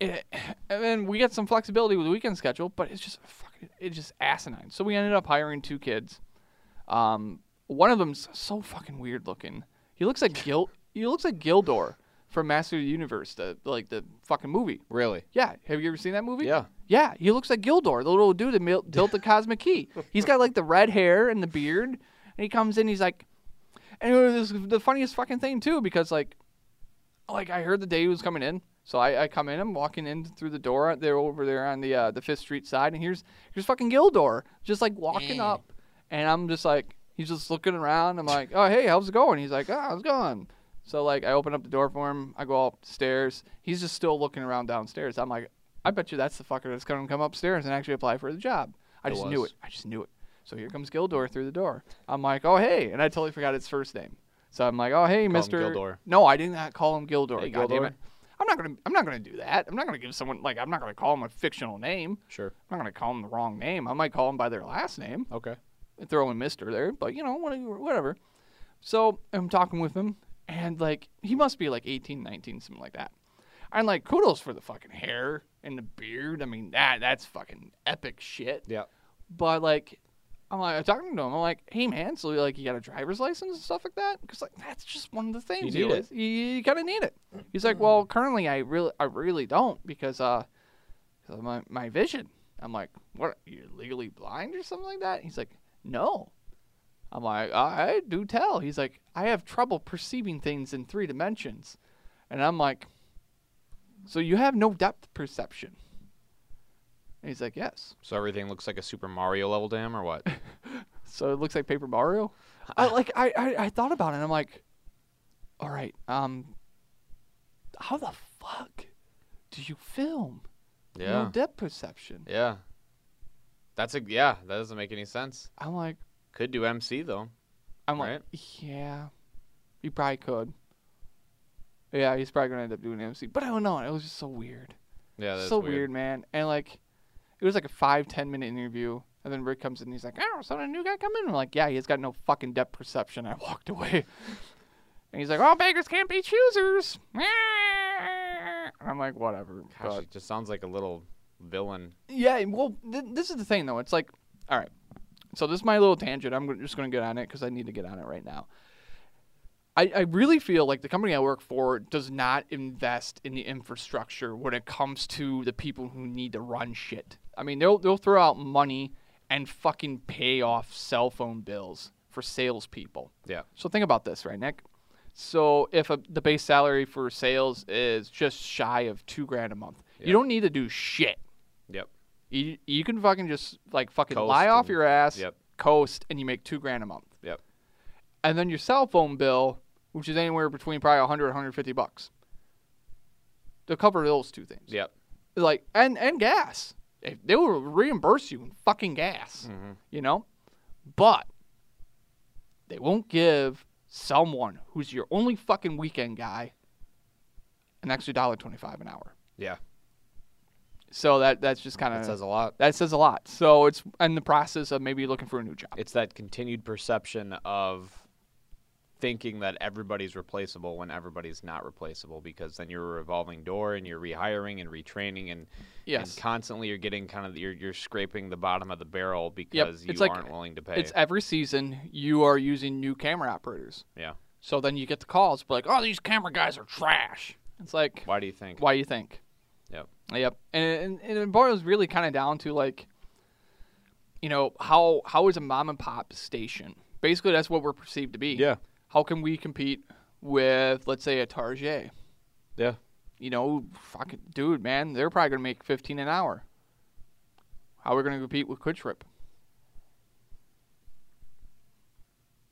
Speaker 2: it, and then we get some flexibility with the weekend schedule, but it's just fucking, it's just asinine. So we ended up hiring two kids. Um, one of them's so fucking weird looking. He looks like Gil. he looks like Gildor from Master of the Universe, the like the fucking movie.
Speaker 1: Really?
Speaker 2: Yeah, have you ever seen that movie?
Speaker 1: Yeah.
Speaker 2: Yeah, he looks like Gildor, the little dude that mil- built the Cosmic Key. He's got like the red hair and the beard, and he comes in. He's like, and it was the funniest fucking thing too, because like, like I heard the day he was coming in, so I, I come in. I'm walking in through the door. They're over there on the uh, the Fifth Street side, and here's here's fucking Gildor just like walking up, and I'm just like, he's just looking around. I'm like, oh hey, how's it going? He's like, oh, how's it going? So like, I open up the door for him. I go upstairs. He's just still looking around downstairs. I'm like, I bet you that's the fucker that's going to come upstairs and actually apply for the job. I
Speaker 1: It
Speaker 2: just knew
Speaker 1: was.
Speaker 2: it. I just knew it. So here comes Gildor through the door. I'm like, oh hey, and I totally forgot his first name. So I'm like, oh hey,
Speaker 1: Call him
Speaker 2: Mister.
Speaker 1: Gildor.
Speaker 2: No, I did not call him Gildor.
Speaker 1: Hey,
Speaker 2: God damn
Speaker 1: Gildor.
Speaker 2: it. I'm not gonna. I'm not gonna do that. I'm not gonna give someone like. I'm not gonna call him a fictional name.
Speaker 1: Sure.
Speaker 2: I'm not gonna call him the wrong name. I might call him by their last name
Speaker 1: Okay.
Speaker 2: throw in Mister there, but you know, what- whatever. So I'm talking with him, and like he must be like 18, 19, something like that. And like kudos for the fucking hair and the beard. I mean that that's fucking epic shit.
Speaker 1: Yeah.
Speaker 2: But like, I'm like I'm talking to him. I'm like, hey man, so like you got a driver's license and stuff like that? Because like that's just one of the things
Speaker 1: need
Speaker 2: always- You, you kind of need it. He's like, well, currently I really I really don't because uh, 'cause of my my vision. I'm like, what? You're legally blind or something like that? He's like, no. I'm like, I I do tell. He's like, I have trouble perceiving things in three dimensions, and I'm like, so you have no depth perception. And he's like, yes.
Speaker 1: So everything looks like a Super Mario level to him, or what?
Speaker 2: So it looks like Paper Mario. I like I, I, I thought about it and I'm like, all right, um how the fuck do you film? No
Speaker 1: Yeah.
Speaker 2: depth perception.
Speaker 1: yeah. That's a yeah. That doesn't make any sense.
Speaker 2: I'm like,
Speaker 1: Could do MC though.
Speaker 2: I'm like, yeah, you probably could. Yeah, he's probably gonna end up doing MC, but I don't know. It was just so weird,
Speaker 1: Yeah, that's
Speaker 2: so weird. man. And like, it was like a five ten minute interview, and then Rick comes in, and he's like, "Oh, so a new guy coming?" I'm like, "Yeah, he's got no fucking depth perception." I walked away, and he's like, "All beggars can't be choosers." I'm like, "Whatever."
Speaker 1: Gosh,
Speaker 2: but-
Speaker 1: it just sounds like a little villain.
Speaker 2: Yeah, well, th- this is the thing though. It's like, all right. So this is my little tangent. I'm gonna- just going to get on it because I need to get on it right now. I, I really feel like the company I work for does not invest in the infrastructure when it comes to the people who need to run shit. I mean, they'll they'll throw out money and fucking pay off cell phone bills for salespeople.
Speaker 1: Yeah.
Speaker 2: So think about this, right, Nick? So if a, the base salary for sales is just shy of two grand a month, you
Speaker 1: Yeah.
Speaker 2: don't need to do shit.
Speaker 1: Yep.
Speaker 2: You, you can fucking just like fucking
Speaker 1: Coast
Speaker 2: lie off
Speaker 1: and-
Speaker 2: your ass,
Speaker 1: yep.
Speaker 2: coast, and you make two grand a month.
Speaker 1: Yep.
Speaker 2: And then your cell phone bill, which is anywhere between probably 100 150 bucks. They'll cover those two things.
Speaker 1: Yep.
Speaker 2: Like and and gas. They- They will reimburse you in fucking gas.
Speaker 1: Mm-hmm.
Speaker 2: You know? But they won't give someone who's your only fucking weekend guy an extra dollar 25 an hour.
Speaker 1: Yeah.
Speaker 2: So that that's just kind of
Speaker 1: That says a lot.
Speaker 2: that says a lot. So it's in the process of maybe looking for a new job.
Speaker 1: It's that continued perception of thinking that everybody's replaceable when everybody's not replaceable because then you're a revolving door and you're rehiring and retraining and,
Speaker 2: Yes.
Speaker 1: and constantly you're getting kind of you're you're scraping the bottom of the barrel because you
Speaker 2: It's like-
Speaker 1: aren't willing to pay.
Speaker 2: It's every season you are using new camera operators.
Speaker 1: yeah.
Speaker 2: So then you get the calls but like, "Oh, these camera guys are trash." It's like,
Speaker 1: Why do you think?
Speaker 2: why you think?
Speaker 1: Yep.
Speaker 2: Yep. And, and, and it boils really kind of down to like, you know, how how is a mom and pop station? Basically, that's what we're perceived to be.
Speaker 1: Yeah.
Speaker 2: How can we compete with, let's say, a Target?
Speaker 1: Yeah.
Speaker 2: you know, fucking dude, man, they're probably gonna make fifteen an hour. How are we gonna compete with Quick Trip?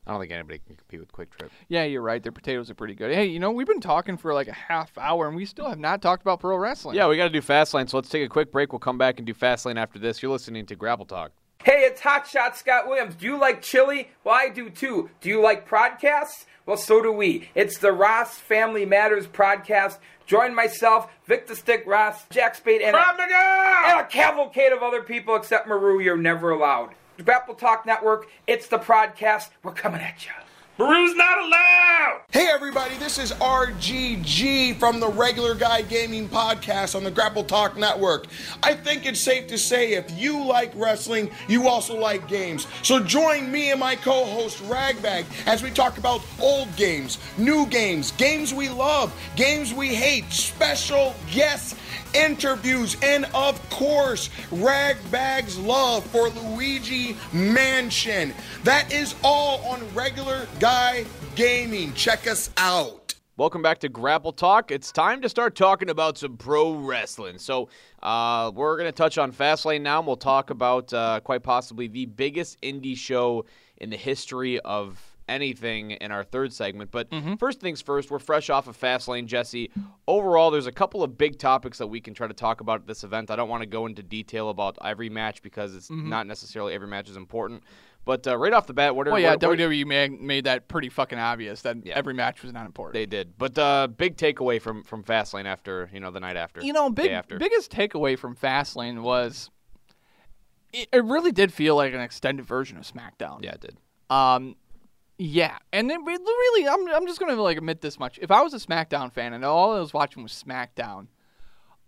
Speaker 1: I don't think anybody can compete with Quick Trip.
Speaker 2: Yeah, you're right. Their potatoes are pretty good. Hey, you know, we've been talking for like a half hour, and we still have not talked about pro wrestling.
Speaker 1: Yeah, we got to do Fastlane, so let's take a quick break. We'll come back and do Fastlane after this. You're listening to Grapple Talk.
Speaker 6: Hey, it's Hot Shot Scott Williams. Do you like chili? Well, I do too. Do you like podcasts? Well, so do we. It's the Ross Family Matters podcast. Join myself, Vic the Stick Ross, Jack Spade, and, and a cavalcade of other people except Maru. You're never allowed. The Grapple Talk Network, it's the podcast. We're coming at you.
Speaker 7: Hey everybody, this is RGG from the Regular Guy Gaming Podcast on the Grapple Talk Network. I think it's safe to say if you like wrestling, you also like games. So join me and my co-host Ragbag as we talk about old games, new games, games we love, games we hate, special guests, interviews, and of course, Ragbag's love for Luigi Mansion. That is all on Regular Guy Gaming. Check us out.
Speaker 1: Welcome back to Grapple Talk. It's time to start talking about some pro wrestling. So, uh, we're going to touch on Fastlane now, and we'll talk about uh, quite possibly the biggest indie show in the history of anything in our third segment. But
Speaker 2: Mm-hmm.
Speaker 1: first things first, we're fresh off of Fastlane, Jesse. Overall, there's a couple of big topics that we can try to talk about at this event. I don't want to go into detail about every match because it's
Speaker 2: Mm-hmm.
Speaker 1: not necessarily every match is important. But uh, right off the bat, what are
Speaker 2: Well, Oh, yeah, E
Speaker 1: what- what-
Speaker 2: WWE made, made that pretty fucking obvious that every match was not important.
Speaker 1: they did. But uh, big takeaway from from Fastlane after you know the night after.
Speaker 2: you know, big
Speaker 1: day after.
Speaker 2: biggest takeaway from Fastlane was it, it really did feel like an extended version of SmackDown.
Speaker 1: Yeah, it did.
Speaker 2: Um, yeah, and then re- really, I'm I'm just gonna like admit this much. If I was a SmackDown fan and all I was watching was SmackDown,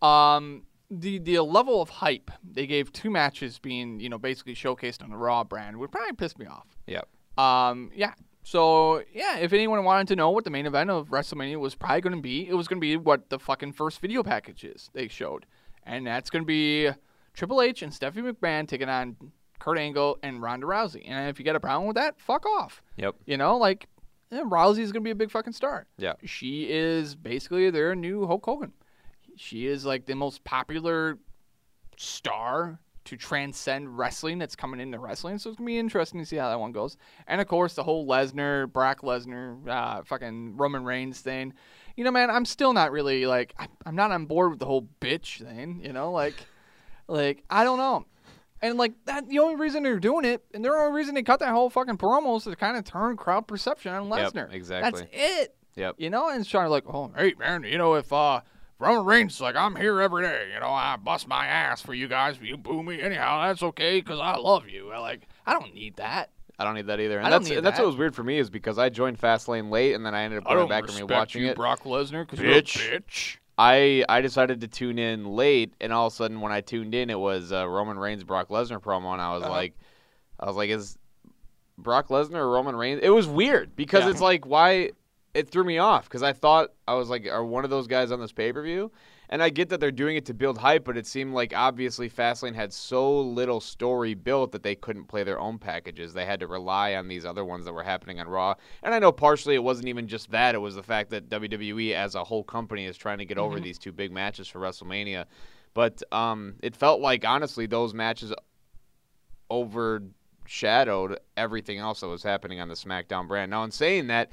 Speaker 2: um, the the level of hype they gave two matches being you know basically showcased on the Raw brand would probably piss me off.
Speaker 1: Yeah,
Speaker 2: Um, yeah. So yeah, if anyone wanted to know what the main event of WrestleMania was probably going to be, it was going to be what the fucking first video package is they showed, and that's going to be Triple H and Stephanie McMahon taking on Kurt Angle and Ronda Rousey. And if you got a problem with that, fuck off.
Speaker 1: Yep.
Speaker 2: You know, like yeah, Rousey's going to be a big fucking star.
Speaker 1: Yeah.
Speaker 2: She is basically their new Hulk Hogan. She is like the most popular star to transcend wrestling that's coming into wrestling. So it's gonna be interesting to see how that one goes. And of course, the whole Lesnar, Brock Lesnar, uh, fucking Roman Reigns thing. You know, man, I'm still not really like I- I'm not on board with the whole bitch thing. You know, like, like I don't know. And like that, the only reason they're doing it, and the only reason they cut that whole fucking promo is to kind of turn crowd perception on
Speaker 1: Yep,
Speaker 2: Lesnar.
Speaker 1: exactly.
Speaker 2: That's it.
Speaker 1: Yep.
Speaker 2: You know, and it's trying to like, oh, hey man, you know if uh Roman Reigns like I'm here every day, you know I bust my ass for you guys, but you boo me anyhow. That's okay because I love you. I like I don't need that.
Speaker 1: I don't need that either. And
Speaker 2: I don't
Speaker 1: that's
Speaker 2: need
Speaker 1: and that's
Speaker 2: that.
Speaker 1: what was weird for me is because I joined Fastlane late and then I ended up going back and rewatching it.
Speaker 2: Brock Lesnar, because
Speaker 1: Bitch. I I decided to tune in late, and all of a sudden when I tuned in, it was uh, Roman Reigns Brock Lesnar promo, and I
Speaker 2: Uh-huh.
Speaker 1: was like, I was like, is Brock Lesnar or Roman Reigns? It was weird because it's like why it threw me off because I thought I was like, are one of those guys on this pay per view? And I get that they're doing it to build hype, but it seemed like obviously Fastlane had so little story built that they couldn't play their own packages. They had to rely on these other ones that were happening on Raw. And I know partially it wasn't even just that, it was the fact that WWE as a whole company is trying to get over these two big matches for WrestleMania. But um, it felt like, honestly, those matches overshadowed everything else that was happening on the SmackDown brand. Now, in saying that,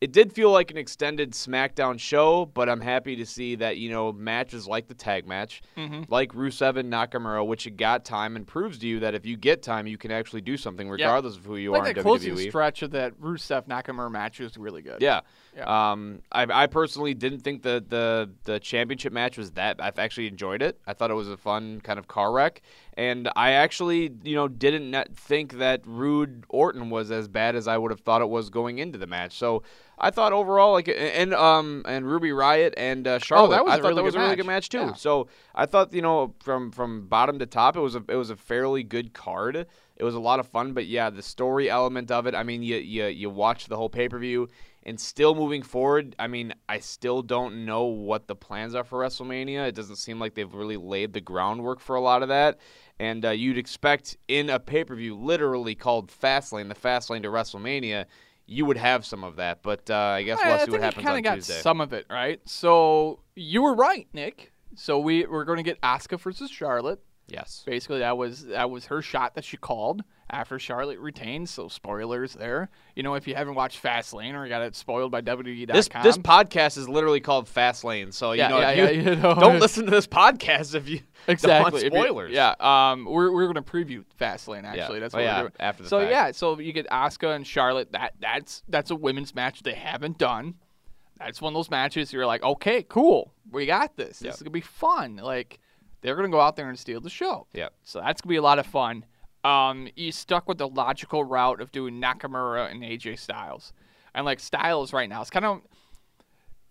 Speaker 1: it did feel like an extended SmackDown show, but I'm happy to see that you know matches like the tag match, like Rusev and Nakamura, which it got time and proves to you that if you get time, you can actually do something regardless of who you
Speaker 2: Like
Speaker 1: are in E.
Speaker 2: that closing
Speaker 1: WWE.
Speaker 2: stretch of that Rusev Nakamura match was really good.
Speaker 1: Yeah. Um, I, I personally didn't think the, the, the championship match was that. I've actually enjoyed it. I thought it was a fun kind of car wreck, and I actually you know didn't not think that Rude Orton was as bad as I would have thought it was going into the match. So I thought overall like and um and Ruby Riot and uh, Charlotte.
Speaker 2: Oh, that
Speaker 1: I
Speaker 2: was a
Speaker 1: thought
Speaker 2: really
Speaker 1: that was
Speaker 2: good
Speaker 1: a really good
Speaker 2: match.
Speaker 1: match too.
Speaker 2: Yeah.
Speaker 1: So I thought you know from from bottom to top, it was a it was a fairly good card. It was a lot of fun, but yeah, the story element of it. I mean, you you you watch the whole pay per view, and still moving forward. I mean, I still don't know what the plans are for WrestleMania. It doesn't seem like they've really laid the groundwork for a lot of that. And uh, you'd expect in a pay per view, literally called Fastlane, the Fastlane to WrestleMania, you would have some of that. But uh, I guess we'll
Speaker 2: I, I
Speaker 1: see what
Speaker 2: think
Speaker 1: happens
Speaker 2: kind
Speaker 1: on
Speaker 2: of got
Speaker 1: Tuesday.
Speaker 2: some of it right. So you were right, Nick. So we we're going to get Asuka versus Charlotte.
Speaker 1: yes.
Speaker 2: Basically, that was that was her shot that she called after Charlotte retained. So spoilers there. You know, if you haven't watched Fastlane or got it spoiled by E WWE.com,
Speaker 1: This this podcast is literally called Fast Lane, so you
Speaker 2: Yeah,
Speaker 1: know
Speaker 2: yeah,
Speaker 1: if
Speaker 2: yeah,
Speaker 1: you,
Speaker 2: you know.
Speaker 1: don't listen to this podcast if you
Speaker 2: exactly
Speaker 1: don't
Speaker 2: If you-
Speaker 1: want spoilers.
Speaker 2: yeah, um, we're we're gonna preview Fastlane actually. That's
Speaker 1: Oh,
Speaker 2: what
Speaker 1: yeah,
Speaker 2: we're doing
Speaker 1: after the
Speaker 2: So
Speaker 1: fact.
Speaker 2: yeah, so you get Asuka and Charlotte. That that's that's a women's match they haven't done. That's one of those matches you're like, okay, cool, we got this. This is gonna be fun. Like they're gonna go out there and steal the show.
Speaker 1: Yep.
Speaker 2: So that's gonna be a lot of fun. Um, you stuck with the logical route of doing Nakamura and AJ Styles, and like Styles right now, it's kind of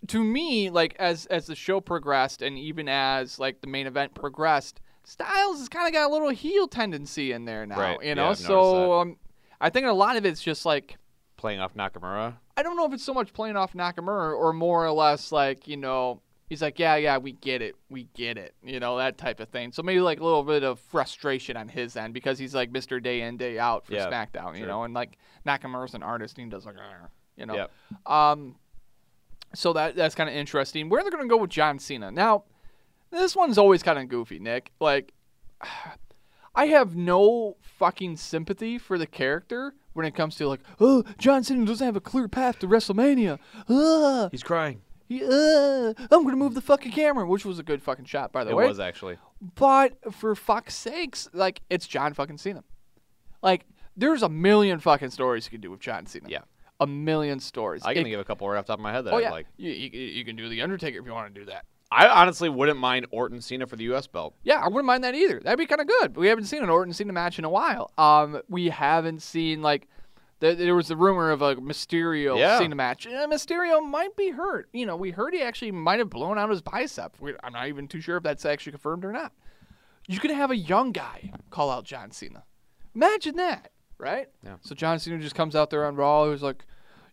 Speaker 2: to me, like as as the show progressed and even as like the main event progressed, Styles has kind of got a little heel tendency in there now.
Speaker 1: Right.
Speaker 2: You
Speaker 1: Yeah,
Speaker 2: know,
Speaker 1: I've noticed
Speaker 2: so
Speaker 1: that.
Speaker 2: um, I think a lot of it's just like
Speaker 1: Playing off Nakamura.
Speaker 2: I don't know if it's so much playing off Nakamura or more or less like you know he's like yeah yeah we get it we get it you know that type of thing. So maybe like a little bit of frustration on his end because he's like Mr. Day in Day Out for
Speaker 1: Yeah,
Speaker 2: SmackDown, you
Speaker 1: sure.
Speaker 2: know, and like Nakamura's an artist and he does like "Argh," you know.
Speaker 1: Yep.
Speaker 2: Um, So that that's kind of interesting. Where they're going to go with John Cena now? This one's always kind of goofy, Nick. Like, I have no fucking sympathy for the character when it comes to like, oh, John Cena doesn't have a clear path to WrestleMania. Ugh,
Speaker 1: He's crying.
Speaker 2: he, uh, I'm gonna move the fucking camera, which was a good fucking shot, by the
Speaker 1: It
Speaker 2: way.
Speaker 1: was actually.
Speaker 2: But for fuck's sakes, like it's John fucking Cena. Like there's a million fucking stories you can do with John Cena.
Speaker 1: Yeah.
Speaker 2: a million stories.
Speaker 1: I can
Speaker 2: It-
Speaker 1: give a couple right off the top of my head that
Speaker 2: Oh
Speaker 1: I
Speaker 2: yeah,
Speaker 1: like.
Speaker 2: you, you, you can do the Undertaker if you want to do that.
Speaker 1: I honestly wouldn't mind Orton Cena for the U.S. belt.
Speaker 2: Yeah, I wouldn't mind that either. That'd be kind of good. We haven't seen an Orton Cena match in a while. Um, we haven't seen like th- there was the rumor of a Mysterio
Speaker 1: Yeah.
Speaker 2: Cena match. Uh, Mysterio might be hurt. You know, we heard he actually might have blown out his bicep. We, I'm not even too sure if that's actually confirmed or not. You could have a young guy call out John Cena. Imagine that, right? Yeah. So John Cena just comes out there on Raw. He was like,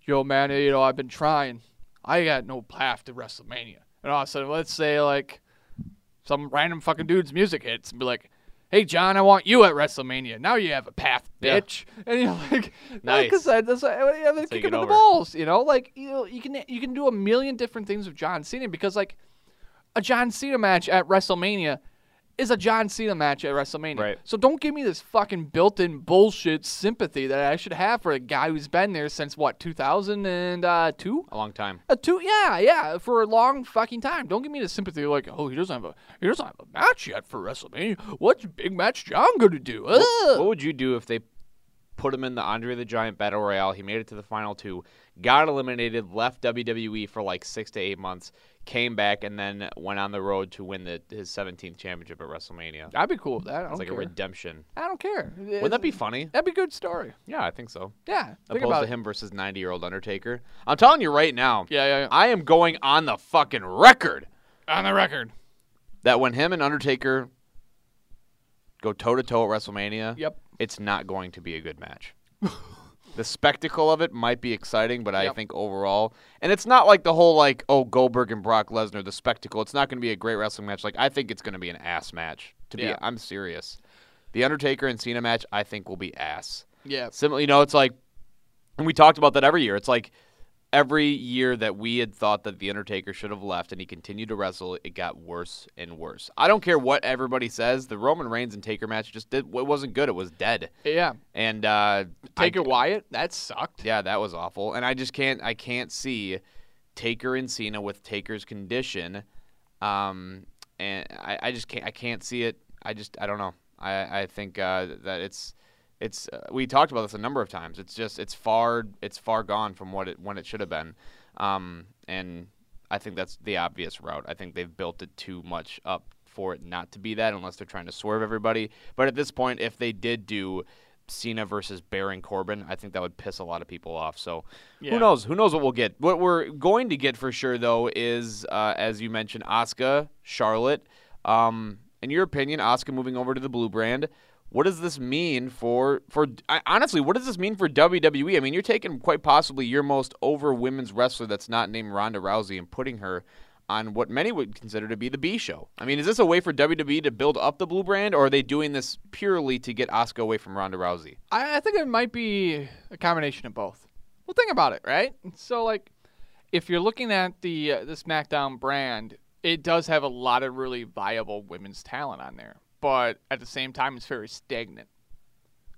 Speaker 2: "Yo, man, you know, I've been trying. I got no path to WrestleMania." And all of a sudden, let's say like some random fucking dude's music hits and be like, "Hey John, I want you at WrestleMania. Now you have a path,
Speaker 1: Yeah.
Speaker 2: bitch." And you're like,
Speaker 1: Nice.
Speaker 2: because I that's I, I,
Speaker 1: Take
Speaker 2: kick him
Speaker 1: it
Speaker 2: in the
Speaker 1: over.
Speaker 2: balls." You know, like you know, you can you can do a million different things with John Cena because like a John Cena match at WrestleMania is a John Cena match at WrestleMania.
Speaker 1: Right.
Speaker 2: So don't give me this fucking built-in bullshit sympathy that I should have for a guy who's been there since what 2002.
Speaker 1: A long time.
Speaker 2: A uh, two, yeah, yeah, for a long fucking time. Don't give me the sympathy like, oh, he doesn't have a he doesn't have a match yet for WrestleMania. What's big match John gonna do? Ugh."
Speaker 1: What would you do if they put him in the Andre the Giant Battle Royale? He made it to the final two, got eliminated, left WWE for like six to eight months, came back, and then went on the road to win the, his 17th championship at WrestleMania.
Speaker 2: I'd be cool with that. I don't
Speaker 1: It's like
Speaker 2: care.
Speaker 1: a redemption.
Speaker 2: I don't care.
Speaker 1: Wouldn't that be funny?
Speaker 2: That'd be a good story.
Speaker 1: Yeah, I think so.
Speaker 2: Yeah. Think
Speaker 1: Opposed
Speaker 2: about
Speaker 1: to
Speaker 2: it.
Speaker 1: him versus 90 year old Undertaker. I'm telling you right now.
Speaker 2: Yeah, yeah, yeah.
Speaker 1: I am going on the fucking record
Speaker 2: On the record.
Speaker 1: that when him and Undertaker go toe to toe at WrestleMania,
Speaker 2: Yep.
Speaker 1: it's not going to be a good match. the spectacle of it might be exciting, but I
Speaker 2: Yep.
Speaker 1: think overall, and it's not like the whole like oh Goldberg and Brock Lesnar the spectacle. It's not going to be a great wrestling match. Like I think it's going to be an ass match. To be,
Speaker 2: Yeah.
Speaker 1: I'm serious. The Undertaker and Cena match I think will be ass.
Speaker 2: Yeah.
Speaker 1: Similarly, you know, it's like, and we talked about that every year. It's like every year that we had thought that the Undertaker should have left and he continued to wrestle, it got worse and worse. I don't care what everybody says. The Roman Reigns and Taker match just did, it wasn't good. It was dead.
Speaker 2: Yeah.
Speaker 1: And uh,
Speaker 2: Taker
Speaker 1: I,
Speaker 2: Wyatt, that sucked.
Speaker 1: yeah, that was awful. And I just can't, I can't see Taker and Cena with Taker's condition. Um, and I, I just can't, I can't see it. I just, I don't know. I, I think uh, that it's, it's. Uh, we talked about this a number of times. It's just, it's far, it's far gone from what it when it should have been. Um, and I think that's the obvious route. I think they've built it too much up for it not to be that, unless they're trying to swerve everybody. But at this point, if they did do. Cena versus Baron Corbin. I think that would piss a lot of people off. So, who
Speaker 2: Yeah.
Speaker 1: knows? Who knows what we'll get? What we're going to get for sure, though, is uh, as you mentioned, Asuka, Charlotte. Um, in your opinion, Asuka moving over to the blue brand. What does this mean for for I, honestly? What does this mean for WWE? I mean, you're taking quite possibly your most over women's wrestler that's not named Ronda Rousey and putting her on what many would consider to be the B show. I mean, is this a way for WWE to build up the blue brand, or are they doing this purely to get Asuka away from Ronda Rousey?
Speaker 2: I, I think it might be a combination of both. Well, think about it, right? So, like, if you're looking at the uh, the SmackDown brand, it does have a lot of really viable women's talent on there, but at the same time, it's very stagnant.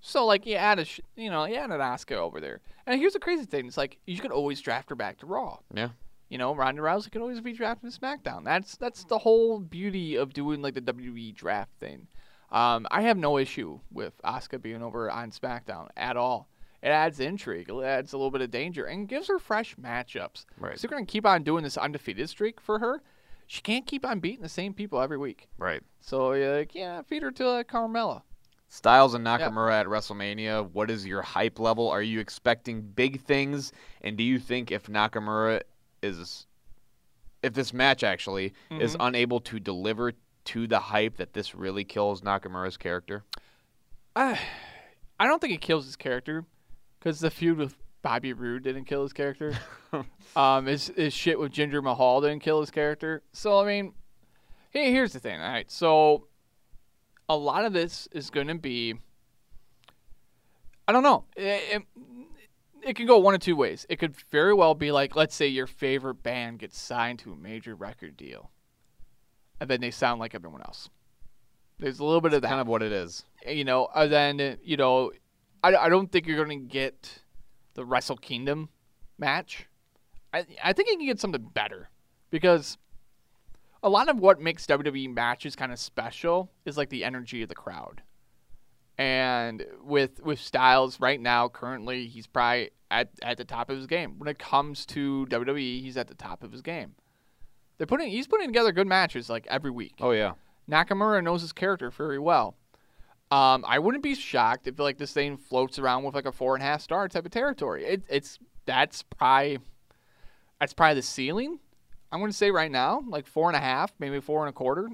Speaker 2: So, like, you add a sh- you know you add an Asuka over there, and here's the crazy thing: it's like you could always draft her back to Raw.
Speaker 1: Yeah.
Speaker 2: You know, Ronda Rousey could always be drafted to SmackDown. That's that's the whole beauty of doing like the WWE draft thing. Um, I have no issue with Asuka being over on SmackDown at all. It adds intrigue, it adds a little bit of danger, and gives her fresh matchups.
Speaker 1: Right.
Speaker 2: So we're gonna keep on doing this undefeated streak for her. She can't keep on beating the same people every week.
Speaker 1: Right.
Speaker 2: So yeah, like, yeah, feed her to uh, Carmella.
Speaker 1: Styles and Nakamura at WrestleMania. What is your hype level? Are you expecting big things? And do you think if Nakamura is, if this match actually is unable to deliver to the hype, that this really kills Nakamura's character?
Speaker 2: I don't think it kills his character because the feud with Bobby Roode didn't kill his character. um, his, his shit with Ginger Mahal didn't kill his character. So, I mean, hey, here's the thing. All right. So, a lot of this is going to be. I don't know. It, it, it can go one of two ways. It could very well be like, let's say your favorite band gets signed to a major record deal, and then they sound like everyone else. There's a little bit of that
Speaker 1: Kind of what it is.
Speaker 2: you know, and then you know, I, I don't think you're going to get the Wrestle Kingdom match. I I think you can get something better because a lot of what makes WWE matches kind of special is like the energy of the crowd. And with with Styles right now, currently he's probably at, at the top of his game. When it comes to WWE, he's at the top of his game. They're putting he's putting together good matches like every week.
Speaker 1: Oh yeah.
Speaker 2: Nakamura knows his character very well. Um, I wouldn't be shocked if like this thing floats around with like a four and a half star type of territory. It, it's that's probably that's probably the ceiling. I'm going to say right now, like four and a half, maybe four and a quarter,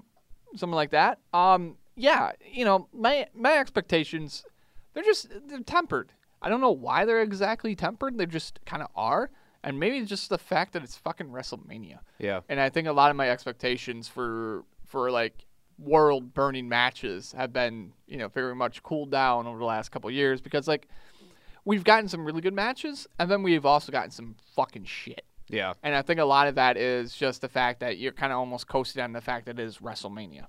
Speaker 2: something like that. Um, yeah, you know my my expectations, they're just they're tempered. I don't know why they're exactly tempered. They just kind of are, and maybe it's just the fact that it's fucking WrestleMania
Speaker 1: Yeah.
Speaker 2: and I think a lot of my expectations for for like world burning matches have been you know very much cooled down over the last couple years because like we've gotten some really good matches and then we've also gotten some fucking shit
Speaker 1: Yeah.
Speaker 2: and I think a lot of that is just the fact that you're kind of almost coasting on the fact that it is WrestleMania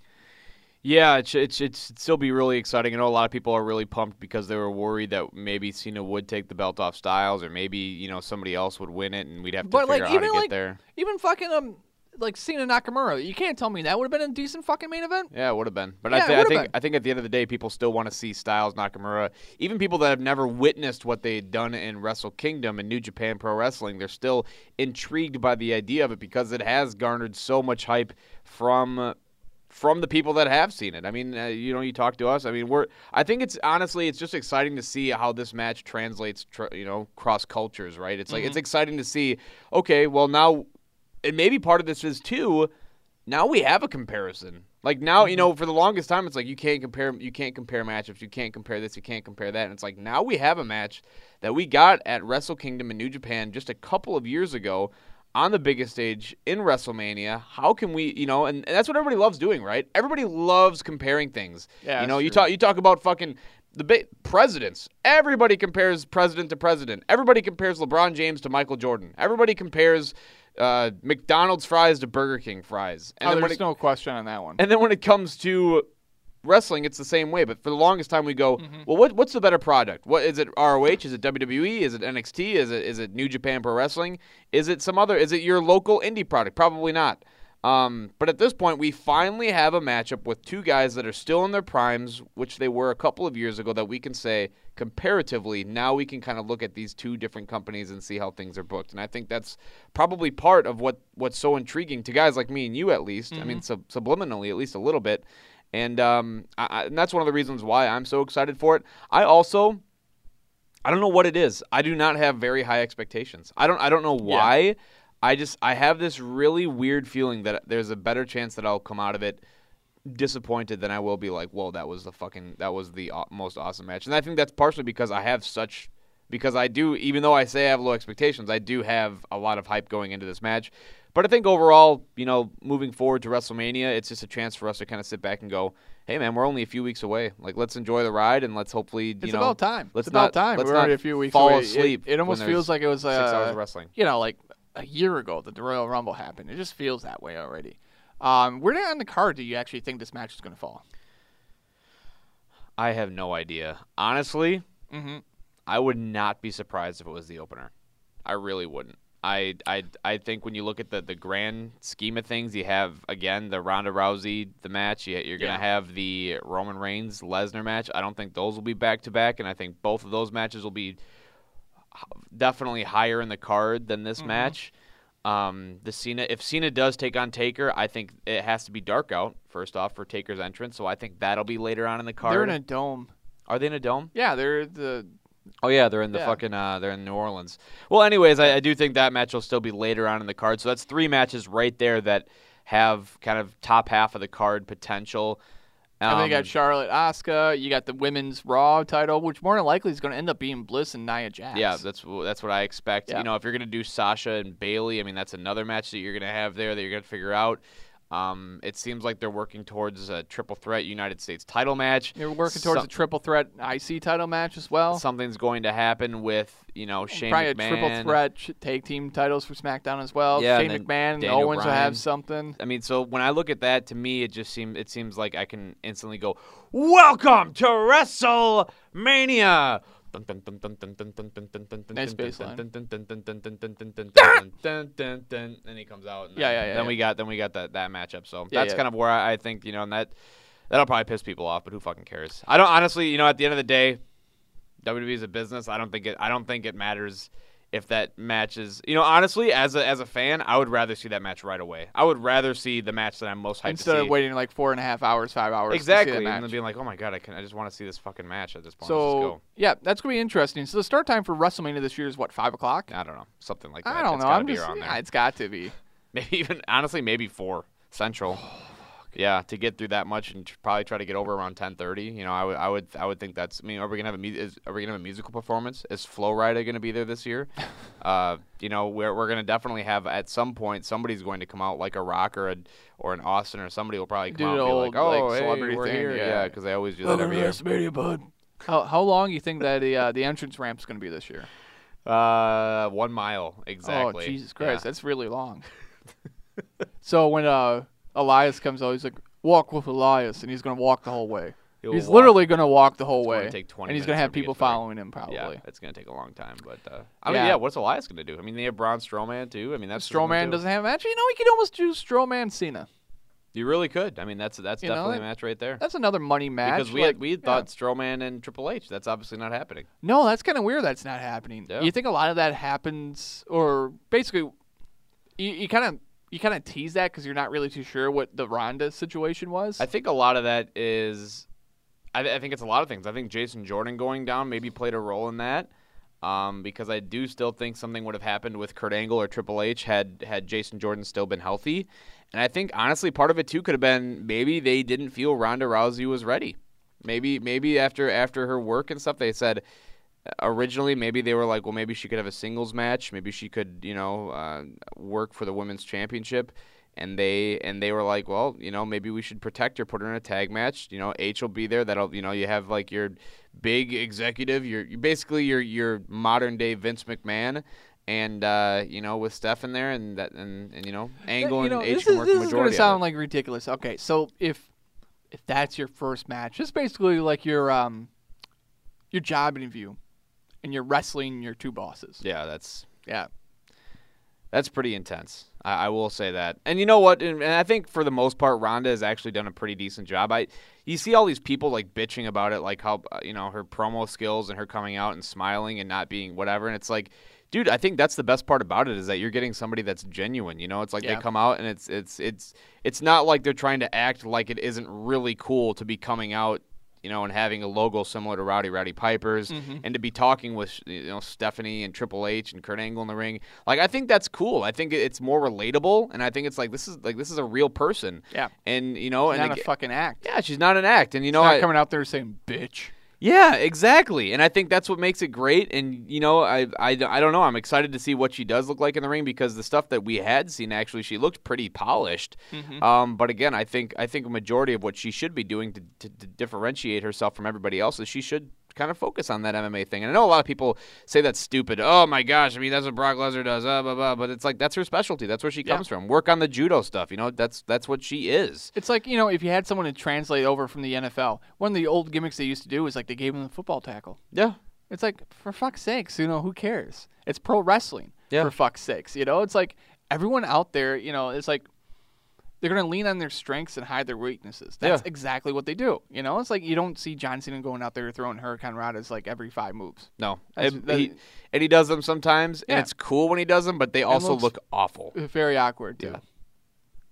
Speaker 1: Yeah, it should, it should still be really exciting. I know a lot of people are really pumped because they were worried that maybe Cena would take the belt off Styles, or maybe you know somebody else would win it, and we'd have to
Speaker 2: But
Speaker 1: figure
Speaker 2: like
Speaker 1: out how
Speaker 2: even
Speaker 1: to
Speaker 2: like
Speaker 1: get there.
Speaker 2: even fucking um like Cena Nakamura, you can't tell me that would have been a decent fucking main event.
Speaker 1: Yeah, it would have been. But
Speaker 2: Yeah,
Speaker 1: I,
Speaker 2: it
Speaker 1: th- I
Speaker 2: would've
Speaker 1: think
Speaker 2: been.
Speaker 1: I think at the end of the day, people still want to see Styles Nakamura. Even people that have never witnessed what they had done in Wrestle Kingdom and New Japan Pro Wrestling, they're still intrigued by the idea of it because it has garnered so much hype from. uh, From the people that have seen it, I mean, uh, you know, you talk to us. I mean, we're. I think it's honestly, it's just exciting to see how this match translates. Tr- you know, cross cultures, right? It's like
Speaker 2: Mm-hmm.
Speaker 1: it's exciting to see. Okay, well now and maybe part of this is too now we have a comparison like now you know for the longest time it's like you can't compare you can't compare matchups you can't compare this you can't compare that and it's like now we have a match that we got at wrestle kingdom in new japan just a couple of years ago on the biggest stage in wrestlemania how can we you know and, and that's what everybody loves doing right everybody loves comparing things
Speaker 2: Yeah,
Speaker 1: you know
Speaker 2: that's
Speaker 1: you
Speaker 2: true.
Speaker 1: talk you talk about fucking the ba- presidents. Everybody compares president to president. Everybody compares LeBron James to Michael Jordan. Everybody compares uh, McDonald's fries to Burger King fries. And,
Speaker 2: Oh,
Speaker 1: then when
Speaker 2: there's
Speaker 1: it,
Speaker 2: no question on that one.
Speaker 1: and then when it comes to wrestling, it's the same way. But for the longest time, we go,
Speaker 2: Mm-hmm.
Speaker 1: well, what, what's the better product? What is it? ROH? Is it WWE? Is it NXT? Is it is it New Japan Pro Wrestling? Is it some other? Is it your local indie product? Probably not. Um, but at this point, we finally have a matchup with two guys that are still in their primes, which they were a couple of years ago. That we can say comparatively, now we can kind of look at these two different companies and see how things are booked. And I think that's probably part of what what's so intriguing to guys like me and you, at least. I mean, sub- subliminally, at least a little bit. And um, I, I, and that's one of the reasons why I'm so excited for it. I also, I don't know what it is. I do not have very high expectations. I don't. I don't know why. I just I have this really weird feeling that there's a better chance that I'll come out of it disappointed than I will be like, whoa, that was the fucking that was the aw- most awesome match. And I think that's partially because I have such because I do even though I say I have low expectations, I do have a lot of hype going into this match. But I think overall, you know, moving forward to WrestleMania, it's just a chance for us to kind of sit back and go, "Hey, man, we're only a few weeks away. Like, let's enjoy the ride and let's hopefully, you
Speaker 2: it's
Speaker 1: know,
Speaker 2: about time.
Speaker 1: Let's
Speaker 2: it's about
Speaker 1: not,
Speaker 2: time.
Speaker 1: Let's
Speaker 2: We're
Speaker 1: not
Speaker 2: already a few weeks
Speaker 1: fall
Speaker 2: away. It-
Speaker 1: asleep.
Speaker 2: It, almost
Speaker 1: when there's
Speaker 2: feels like it was uh,
Speaker 1: six hours of wrestling.
Speaker 2: You know, like a year ago that the Royal Rumble happened. It just feels that way already. Um, where on the card do you actually think this match is going to fall?
Speaker 1: I have no idea. Honestly,
Speaker 2: Mm-hmm.
Speaker 1: I would not be surprised if it was the opener. I really wouldn't. I I I think when you look at the, the grand scheme of things, you have again the Ronda Rousey the match. You, you're gonna have the Roman Reigns Lesnar match. I don't think those will be back to back, and I think both of those matches will be definitely higher in the card than
Speaker 2: Mm-hmm.
Speaker 1: this match. Um, the Cena, if Cena does take on Taker, I think it has to be dark out first off for Taker's entrance. So I think that'll be later on in the card.
Speaker 2: They're in a dome.
Speaker 1: Are they in a dome?
Speaker 2: Yeah, they're the.
Speaker 1: Oh yeah, they're in the
Speaker 2: Yeah.
Speaker 1: fucking uh, they're in New Orleans. Well, anyways, I, I do think that match will still be later on in the card. So that's three matches right there that have kind of top half of the card potential.
Speaker 2: and they
Speaker 1: Um,
Speaker 2: got Charlotte, Asuka. You got the women's Raw title, which more than likely is going to end up being Bliss and Nia Jax.
Speaker 1: Yeah, that's wh- that's what I expect.
Speaker 2: Yeah.
Speaker 1: You know, if you're gonna do Sasha and Bailey, I mean, that's another match that you're gonna have there that you're gonna figure out. Um, it seems like they're working towards a triple threat United States title match.
Speaker 2: They're working towards
Speaker 1: Some-
Speaker 2: a triple threat IC title match as well.
Speaker 1: something's going to happen with you know Shane
Speaker 2: Probably
Speaker 1: McMahon.
Speaker 2: a triple threat sh- tag team titles for SmackDown as well.
Speaker 1: Yeah,
Speaker 2: Shane
Speaker 1: and then
Speaker 2: McMahon, and
Speaker 1: Daniel
Speaker 2: Owens will
Speaker 1: Bryan.
Speaker 2: have something.
Speaker 1: I mean, so when I look at that, to me, it just seems it seems like I can instantly go, "Welcome to WrestleMania." Nice
Speaker 2: Nice bass line.
Speaker 1: And he comes out. and then-
Speaker 2: Ah! Yeah, yeah, yeah,
Speaker 1: Then
Speaker 2: yeah.
Speaker 1: we got then we got that that matchup. So
Speaker 2: Yeah,
Speaker 1: that's
Speaker 2: yeah.
Speaker 1: kind of where I I think you know, and that that'll probably piss people off, but who fucking cares? I don't honestly, you know, at the end of the day, WWE is a business. I don't think it. I don't think it matters if that match is. You know, honestly, as a as a fan, I would rather see that match right away. I would rather see the match that I'm most hyped
Speaker 2: Instead
Speaker 1: to see.
Speaker 2: of waiting like four and a half hours, five hours. to see that
Speaker 1: exactly,
Speaker 2: match.
Speaker 1: and then being like, oh my god, I can. I just want to see this fucking match at this point. Let's just
Speaker 2: So
Speaker 1: go.
Speaker 2: yeah, that's gonna be interesting. So the start time for WrestleMania this year is what five o'clock?
Speaker 1: I don't know, something like that.
Speaker 2: I don't
Speaker 1: It's
Speaker 2: know.
Speaker 1: gotta
Speaker 2: I'm
Speaker 1: be
Speaker 2: just
Speaker 1: around there.
Speaker 2: yeah, it's got to be.
Speaker 1: Maybe even honestly, maybe four central.
Speaker 2: Oh,
Speaker 1: Yeah, to get through that much and tr- probably try to get over around ten thirty. You know, I would, I would, I would think that's. I mean, are we gonna have a mu- is, are we gonna have a musical performance? Is Flow Rida gonna be there this year? uh, you know, we're we're gonna definitely have at some point somebody's going to come out like a rock or a, or an Austin or somebody will probably come
Speaker 2: Do
Speaker 1: out
Speaker 2: the
Speaker 1: and be like,
Speaker 2: old,
Speaker 1: oh,
Speaker 2: like,
Speaker 1: hey,
Speaker 2: celebrity
Speaker 1: we're
Speaker 2: thing,
Speaker 1: here,
Speaker 2: yeah.
Speaker 1: yeah, because they always do that every year.
Speaker 2: bud. How how long you think that the uh, the entrance ramp's gonna be this year?
Speaker 1: Uh, one mile exactly.
Speaker 2: Oh Jesus
Speaker 1: Yeah.
Speaker 2: Christ, that's really long. so when uh Elias comes out, he's like, walk with Elias, and he's going to walk the whole way.
Speaker 1: He'll
Speaker 2: he's
Speaker 1: walk-
Speaker 2: literally going to walk the whole
Speaker 1: gonna
Speaker 2: way,
Speaker 1: take 20
Speaker 2: and he's
Speaker 1: minutes for
Speaker 2: going to
Speaker 1: him to
Speaker 2: have
Speaker 1: get
Speaker 2: people
Speaker 1: through.
Speaker 2: following him probably.
Speaker 1: Yeah, it's gonna take a long time, but uh, I mean,
Speaker 2: Yeah.
Speaker 1: yeah. what's Elias gonna do? I mean, they have Braun Strowman too. I mean, that's
Speaker 2: Strowman doesn't have actually. You know, we could almost do Strowman Cena.
Speaker 1: You really could. I mean, that's that's
Speaker 2: You know,
Speaker 1: definitely
Speaker 2: that-
Speaker 1: a match right there.
Speaker 2: That's another money match.
Speaker 1: Because we
Speaker 2: like,
Speaker 1: had, we had
Speaker 2: yeah.
Speaker 1: thought Strowman and Triple H. That's obviously not happening.
Speaker 2: No, that's kind of weird. That's not happening.
Speaker 1: Yeah.
Speaker 2: You think a lot of that happens, or basically, you kind of you kind of tease that because you're not really too sure what the Ronda situation was.
Speaker 1: I think a lot of that is, I, th- I think it's a lot of things. I think Jason Jordan going down maybe played a role in that, um, because I do still think something would have happened with Kurt Angle or Triple H had had Jason Jordan still been healthy, and I think honestly part of it too could have been maybe they didn't feel Ronda Rousey was ready. Maybe maybe after after her work and stuff they said. Originally, maybe they were like, well, maybe she could have a singles match. Maybe she could, you know, uh, work for the women's championship and they and they were like, well, you know, maybe we should protect her, put her in a tag match. You know, H will be there. That'll you know, you have like your big executive, your you- basically your your modern day Vince McMahon. And uh, you know, with Steph in there, and that, and, and you know, Angle
Speaker 2: you know,
Speaker 1: and H
Speaker 2: this
Speaker 1: can
Speaker 2: is,
Speaker 1: work the
Speaker 2: this is going
Speaker 1: majority.
Speaker 2: to
Speaker 1: of
Speaker 2: sound
Speaker 1: it.
Speaker 2: like ridiculous. Okay, so if if that's your first match, it's basically like your um your job interview, and you're wrestling your two bosses.
Speaker 1: yeah, that's
Speaker 2: Yeah.
Speaker 1: That's pretty intense. I, I will say that. And you know what? And, and I think for the most part, Ronda has actually done a pretty decent job. I, you see all these people like bitching about it, like how uh, you know her promo skills and her coming out and smiling and not being whatever. And it's like, dude, I think that's the best part about it is that you're getting somebody that's genuine. You know, it's like
Speaker 2: Yeah.
Speaker 1: they come out and it's it's it's it's not like they're trying to act like it isn't really cool to be coming out. You know, and having a logo similar to Rowdy Rowdy Piper's,
Speaker 2: Mm-hmm.
Speaker 1: and to be talking with you know Stephanie and Triple H and Kurt Angle in the ring, like I think that's cool. I think it's more relatable, and I think it's like this is like this is a real person.
Speaker 2: Yeah.
Speaker 1: and you know, and
Speaker 2: Not
Speaker 1: ag-
Speaker 2: a fucking act.
Speaker 1: yeah, she's not an act, and you know,
Speaker 2: Not
Speaker 1: I,
Speaker 2: coming out there saying bitch.
Speaker 1: yeah, exactly. And I think that's what makes it great. And, you know, I, I, I don't know. I'm excited to see what she does look like in the ring because the stuff that we had seen, actually, she looked pretty polished. Um, but again, I think I think a majority of what she should be doing to, to, to differentiate herself from everybody else is she should kind of focus on that MMA thing. And I know a lot of people say that's stupid. Oh, my gosh. I mean, that's what Brock Lesnar does. Uh, blah, blah. But it's like, that's her specialty. That's where she comes from. Work on the judo stuff. You know, that's that's what she is.
Speaker 2: It's like, you know, if you had someone to translate over from the NFL, one of the old gimmicks they used to do is like they gave them the football tackle.
Speaker 1: Yeah.
Speaker 2: It's like, for fuck's sakes, you know, who cares? It's pro wrestling,
Speaker 1: Yeah.
Speaker 2: for fuck's sakes. You know, it's like everyone out there, you know, it's like they're going to lean on their strengths and hide their weaknesses. That's
Speaker 1: Yeah.
Speaker 2: exactly what they do. You know, it's like you don't see John Cena going out there throwing Hurricane Radas like every five moves.
Speaker 1: No,
Speaker 2: That's-
Speaker 1: and,
Speaker 2: that-
Speaker 1: he, and he does them sometimes,
Speaker 2: Yeah.
Speaker 1: and it's cool when he does them, but they also
Speaker 2: looks-
Speaker 1: look awful.
Speaker 2: Uh, Very awkward, too.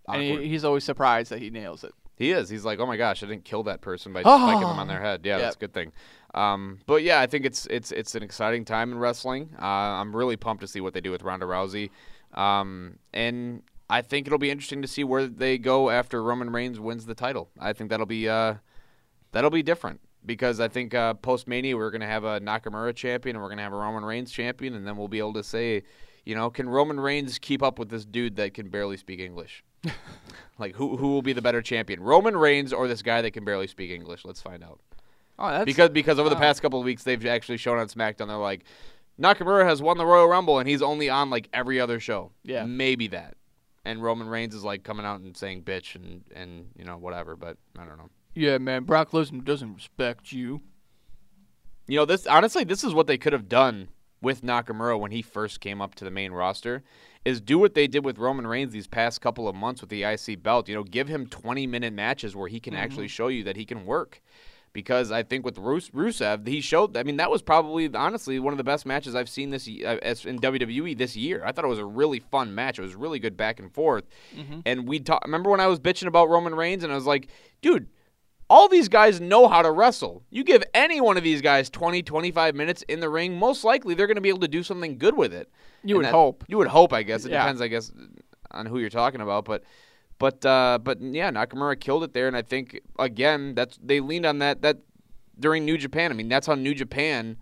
Speaker 2: And he,
Speaker 1: Awkward.
Speaker 2: he's always surprised that he nails it.
Speaker 1: He is. He's like, oh my gosh, I didn't kill that person by just spiking them on their head. Yeah,
Speaker 2: Yep.
Speaker 1: that's a good thing. Um, but yeah, I think it's it's it's an exciting time in wrestling. Uh, I'm really pumped to see what they do with Ronda Rousey, um, and I think it'll be interesting to see where they go after Roman Reigns wins the title. I think that'll be uh, that'll be different because I think uh, post Mania we're gonna have a Nakamura champion and we're gonna have a Roman Reigns champion, and then we'll be able to say, you know, can Roman Reigns keep up with this dude that can barely speak English? Like who who will be the better champion, Roman Reigns or this guy that can barely speak English? Let's find out.
Speaker 2: Oh, that's
Speaker 1: Because because over the past couple of weeks they've actually shown on SmackDown they're like Nakamura has won the Royal Rumble and he's only on like every other show.
Speaker 2: Yeah.
Speaker 1: maybe that. And Roman Reigns is like coming out and saying bitch and and you know whatever, but I don't know.
Speaker 2: yeah, man. Brock Lesnar doesn't respect you.
Speaker 1: You know, this honestly, this is what they could have done with Nakamura when he first came up to the main roster is do what they did with Roman Reigns these past couple of months with the IC belt. You know, give him 20 minute matches where he can actually show you that he can work. Because I think with Rus- Rusev, he showed. I mean, that was probably honestly one of the best matches I've seen this ye- uh, as- in WWE this year. I thought it was a really fun match. It was really good back and forth. And we talk, remember when I was bitching about Roman Reigns, and I was like, dude, all these guys know how to wrestle. You give any one of these guys 20, 25 minutes in the ring, most likely they're going to be able to do something good with it.
Speaker 2: You
Speaker 1: And
Speaker 2: would hope.
Speaker 1: You would hope, I guess. It
Speaker 2: Yeah.
Speaker 1: depends, I guess, on who you're talking about, but but uh, but yeah, Nakamura killed it there and I think again, that's they leaned on that that during New Japan. I mean, that's how New Japan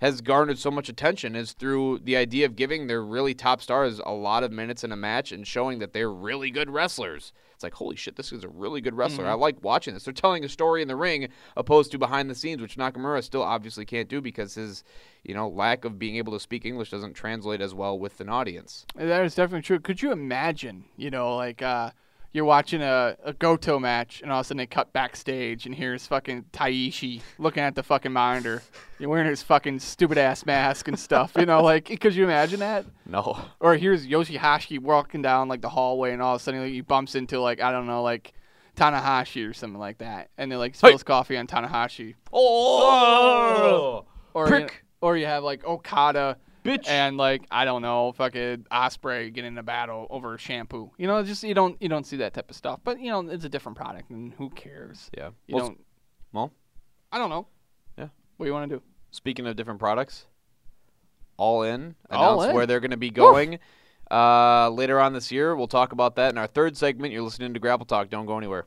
Speaker 1: has garnered so much attention is through the idea of giving their really top stars a lot of minutes in a match and showing that they're really good wrestlers. It's like, holy shit, this is a really good wrestler.
Speaker 2: Mm-hmm.
Speaker 1: I like watching this. They're telling a story in the ring opposed to behind the scenes, which Nakamura still obviously can't do because his, you know, lack of being able to speak English doesn't translate as well with an audience.
Speaker 2: That is definitely true. Could you imagine, you know, like uh, you're watching a, a Goto match, and all of a sudden they cut backstage, and here's fucking Taishi looking at the fucking monitor. You're wearing his fucking stupid ass mask and stuff. You know, like, could you imagine that?
Speaker 1: No.
Speaker 2: Or here's Yoshihashi walking down like the hallway, and all of a sudden like, he bumps into like I don't know, like Tanahashi or something like that, and they like spills coffee on Tanahashi.
Speaker 1: Oh.
Speaker 2: Or You, or you have like Okada. Bitch. And like I don't know, fucking Osprey getting in a battle over shampoo. You know, just you don't you don't see that type of stuff. But you know, it's a different product, and who cares?
Speaker 1: Yeah.
Speaker 2: You
Speaker 1: Well,
Speaker 2: don't.
Speaker 1: well,
Speaker 2: I don't know.
Speaker 1: Yeah.
Speaker 2: What do you want to do?
Speaker 1: Speaking of different products, All In announced
Speaker 2: All In.
Speaker 1: where they're going to be going uh, later on this year. We'll talk about that in our third segment. You're listening to Grapple Talk. Don't go anywhere.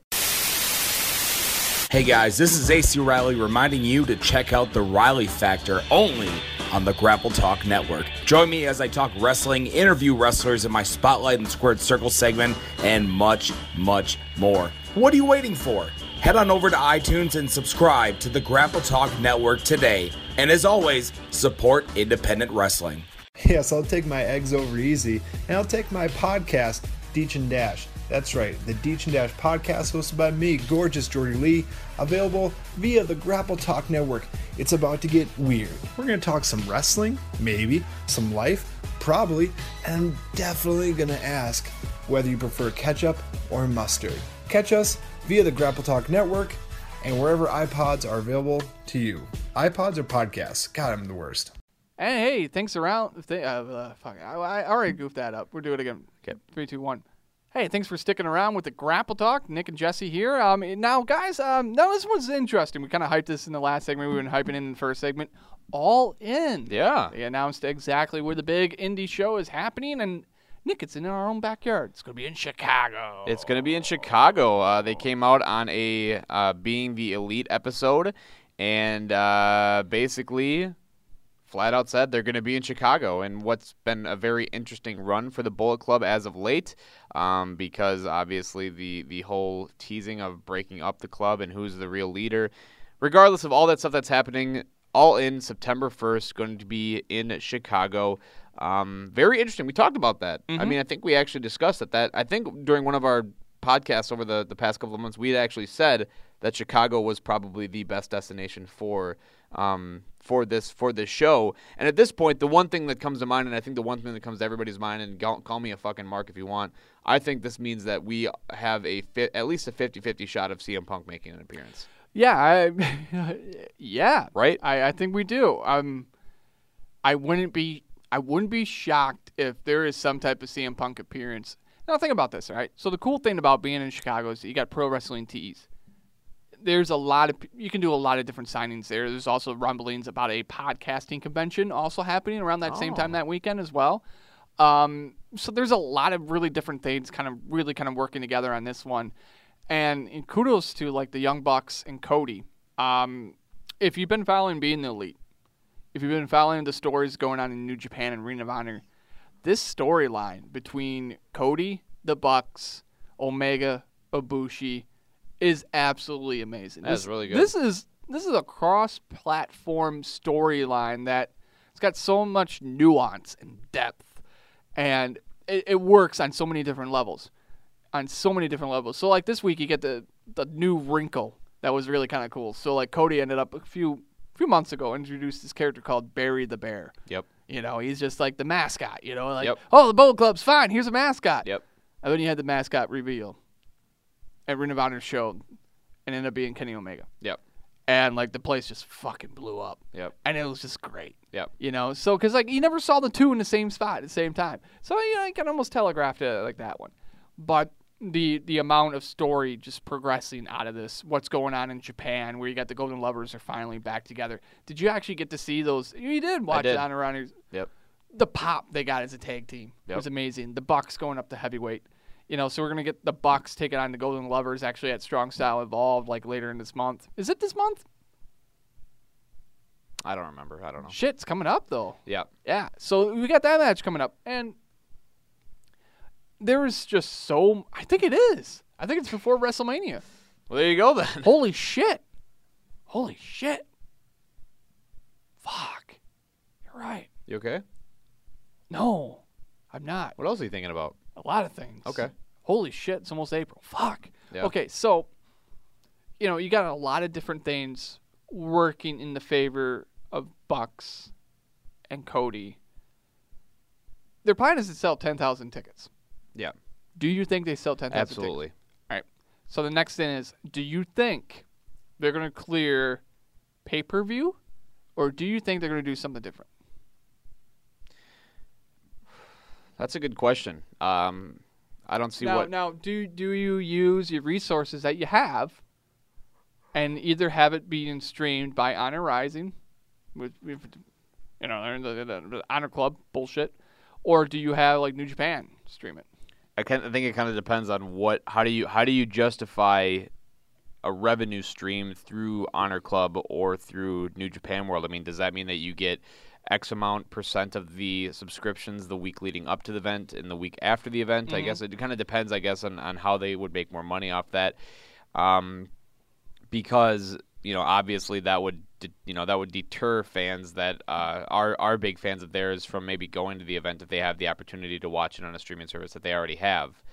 Speaker 8: Hey guys, this is AC Riley reminding you to check out the Riley Factor only on the Grapple Talk Network. Join me as I talk wrestling, interview wrestlers in my Spotlight and Squared Circle segment, and much, much more. What are you waiting for? Head on over to iTunes and subscribe to the Grapple Talk Network today. And as always, support independent wrestling.
Speaker 9: Yes, I'll take my eggs over easy, and I'll take my podcast, Deech and Dash. That's right, the Deech and Dash podcast hosted by me, gorgeous Jordy Lee, available via the Grapple Talk Network. It's about to get weird. We're going to talk some wrestling, maybe, some life, probably, and I'm definitely going to ask whether you prefer ketchup or mustard. Catch us via the Grapple Talk Network and wherever iPods are available to you. iPods or podcasts? God, I'm the worst.
Speaker 2: Hey, hey, thanks around. If they, uh, uh, fuck, I, I already goofed that up. We'll do it again. Okay, three, two, one. Hey, thanks for sticking around with the Grapple Talk. Nick and Jesse here. Um, and now guys, um, now this one's interesting. We kind of hyped this in the last segment. We've been hyping it in the first segment. All in.
Speaker 1: Yeah.
Speaker 2: They announced exactly where the big indie show is happening, and Nick, it's in our own backyard. It's gonna be in Chicago.
Speaker 1: It's going to be in Chicago. Uh, they came out on a uh, Being the Elite episode and uh, basically flat out said they're going to be in Chicago and what's been a very interesting run for the Bullet Club as of late um, because obviously the, the whole teasing of breaking up the club and who's the real leader, regardless of all that stuff that's happening, all in September 1st, going to be in Chicago. Um, very interesting. We talked about that. I mean, I think we actually discussed that. That I think during one of our podcasts over the, the past couple of months, we had actually said that Chicago was probably the best destination for um, for this for this show. And at this point, the one thing that comes to mind, and I think the one thing that comes to everybody's mind, and call, call me a fucking mark if you want, I think this means that we have a fi- at least a 50-50 shot of CM Punk making an appearance.
Speaker 2: Yeah, I, yeah,
Speaker 1: Right?
Speaker 2: I, I think we do. Um, I wouldn't be I wouldn't be shocked if there is some type of CM Punk appearance. Now think about this, all right? So the cool thing about being in Chicago is that you got pro wrestling tees. There's a lot of pe- you can do a lot of different signings there. There's also rumblings about a podcasting convention also happening around that same time that weekend as well. Um, so there's a lot of really different things kind of really kind of working together on this one. And, and kudos to like the Young Bucks and Cody. Um, if you've been following being the elite, if you've been following the stories going on in New Japan and Ring of Honor, this storyline between Cody, the Bucks, Omega, Ibushi is absolutely amazing.
Speaker 1: That is
Speaker 2: This-
Speaker 1: really good.
Speaker 2: This is this is a cross-platform storyline that it's got so much nuance and depth, and it, it works on so many different levels on so many different levels. So like this week you get the the new wrinkle that was really kind of cool. So like Cody ended up a few few months ago introduced this character called Barry the Bear.
Speaker 1: Yep.
Speaker 2: You know, he's just like the mascot, you know, like
Speaker 1: Yep.
Speaker 2: oh the Bowl Club's fine, here's a mascot.
Speaker 1: Yep.
Speaker 2: And then you had the mascot reveal at Ring of Honor show and ended up being Kenny Omega.
Speaker 1: Yep.
Speaker 2: And like the place just fucking blew up.
Speaker 1: Yep.
Speaker 2: And it was just great.
Speaker 1: Yep.
Speaker 2: You know, so because like you never saw the two in the same spot at the same time, so you know you can almost telegraph it like that one. But the the amount of story just progressing out of this, what's going on in Japan, where you got the Golden Lovers are finally back together. Did you actually get to see those? You did watch
Speaker 1: did.
Speaker 2: it on around here
Speaker 1: Yep.
Speaker 2: the pop they got as a tag team
Speaker 1: Yep.
Speaker 2: was amazing. The Bucks going up to heavyweight. You know, so we're gonna get the Bucks taking on the Golden Lovers actually at Strong Style Evolved like later in this month. Is it this month?
Speaker 1: I don't remember. I don't know.
Speaker 2: Shit's coming up though.
Speaker 1: Yep.
Speaker 2: Yeah. So we got that match coming up, and there is just so. I think it is. I think it's before WrestleMania.
Speaker 1: Well, there you go then.
Speaker 2: Holy shit! Holy shit! Fuck. You're right.
Speaker 1: You okay?
Speaker 2: No, I'm not.
Speaker 1: What else are you thinking about?
Speaker 2: A lot of things.
Speaker 1: Okay.
Speaker 2: holy shit, it's almost April. Fuck.
Speaker 1: Yeah.
Speaker 2: Okay, so you know, you got a lot of different things working in the favor of Bucks and Cody. Their plan is to sell 10,000 tickets.
Speaker 1: Yeah,
Speaker 2: Do you think they sell 10,000 tickets?
Speaker 1: absolutely.
Speaker 2: All right. So the next thing is, do you think they're going to clear pay-per-view or do you think they're going to do something different?
Speaker 1: That's a good question. Um, I don't see
Speaker 2: now,
Speaker 1: what.
Speaker 2: now do do you use your resources that you have and either have it being streamed by Honor Rising with, with you know, they're in the, the- the Honor Club bullshit or do you have like New Japan stream it?
Speaker 1: I, can, I think it kind of depends on what. How do you how do you justify a revenue stream through Honor Club or through New Japan World? I mean, does that mean that you get X amount percent of the subscriptions the week leading up to the event and the week after the event? I guess it kind of depends. I guess on on how they would make more money off that. Um, because you know obviously that would de- you know that would deter fans that uh, are are big fans of theirs from maybe going to the event if they have the opportunity to watch it on a streaming service that they already have.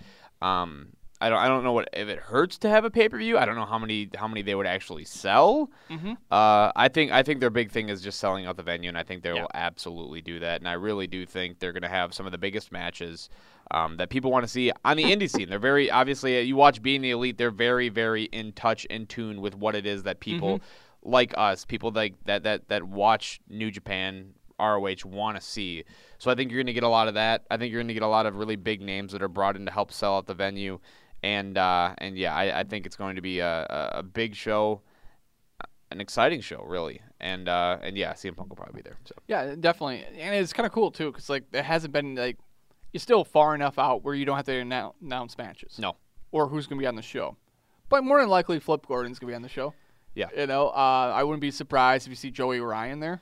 Speaker 1: Um, I don't I don't know what if it hurts to have a pay per view. I don't know how many how many they would actually sell. Uh, I think I think their big thing is just selling out the venue, and I think they will absolutely do that. And I really do think they're going to have some of the biggest matches um, that people want to see on the indie scene. They're very obviously uh, you watch Being the Elite, they're very very in touch, in tune with what it is that people like us, people like that that that watch New Japan. ROH want to see. So I think you're going to get a lot of that. I think you're going to get a lot of really big names that are brought in to help sell out the venue. And uh, and yeah, I, I think it's going to be a, a, a big show an exciting show, really. And uh, and yeah, CM Punk will probably be there. So
Speaker 2: Yeah, definitely. And it's kind of cool too cuz like it hasn't been like you're still far enough out where you don't have to annou- announce matches.
Speaker 1: no,
Speaker 2: or who's going to be on the show. But more than likely, Flip Gordon's going to be on the show.
Speaker 1: Yeah.
Speaker 2: You know, uh, I wouldn't be surprised if you see Joey Ryan there.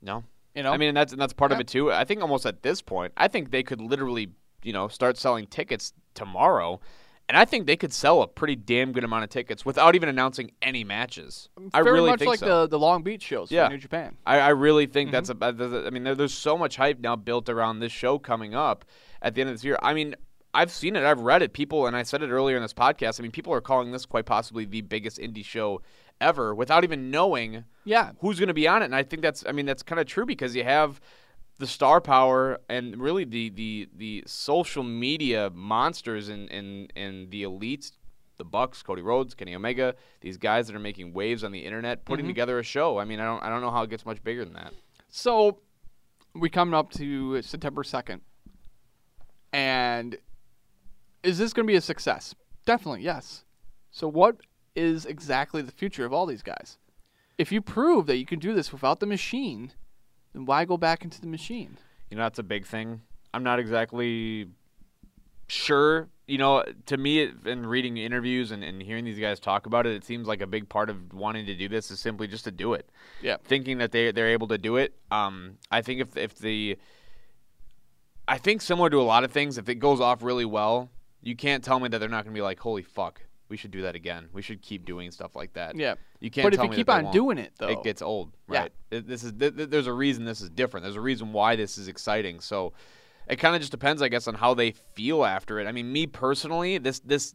Speaker 1: no,
Speaker 2: You know?
Speaker 1: I mean, and that's and that's part of
Speaker 2: Yeah.
Speaker 1: it too. I think almost at this point, I think they could literally, you know, start selling tickets tomorrow, and I think they could sell a pretty damn good amount of tickets without even announcing any matches. I
Speaker 2: Mm, Very
Speaker 1: really
Speaker 2: much
Speaker 1: think
Speaker 2: like
Speaker 1: so.
Speaker 2: the, Mm-hmm. the Long Beach shows
Speaker 1: Yeah.
Speaker 2: for New Japan.
Speaker 1: I, I really think that's a. that's a- I mean, there, there's so much hype now built around this show coming up at the end of this year. I mean, I've seen it, I've read it. People, and I said it earlier in this podcast. I mean, people are calling this quite possibly the biggest indie show ever without even knowing
Speaker 2: Yeah.
Speaker 1: who's going to be on it. And I think that's. I mean, that's kind of true because you have the star power and really the the the social media monsters and and and the elites. The Bucks, Cody Rhodes, Kenny Omega, these guys that are making waves on the internet, putting together a show. I mean, I don't, I don't know how it gets much bigger than that.
Speaker 2: So we coming up to September 2nd. And is this going to be a success? Definitely, yes. So what is exactly the future of all these guys? If you prove that you can do this without the machine, then why go back into the machine?
Speaker 1: You know, that's a big thing. I'm not exactly sure. You know, to me, it- in reading interviews and, and hearing these guys talk about it, it seems like a big part of wanting to do this is simply just to do it.
Speaker 2: Yeah.
Speaker 1: Thinking that they they're able to do it. Um, I think if if the I think similar to a lot of things, if it goes off really well, you can't tell me that they're not going to be like, holy fuck, we should do that again. We should keep doing stuff like that.
Speaker 2: Yeah.
Speaker 1: You can't.
Speaker 2: But if
Speaker 1: tell
Speaker 2: you
Speaker 1: me
Speaker 2: keep
Speaker 1: that they
Speaker 2: on
Speaker 1: won't.
Speaker 2: doing it, though-
Speaker 1: it gets old,
Speaker 2: Yeah.
Speaker 1: right? Th- This is th- th- there's a reason this is different. There's a reason why this is exciting. So it kind of just depends, I guess, on how they feel after it. I mean, me personally, this this.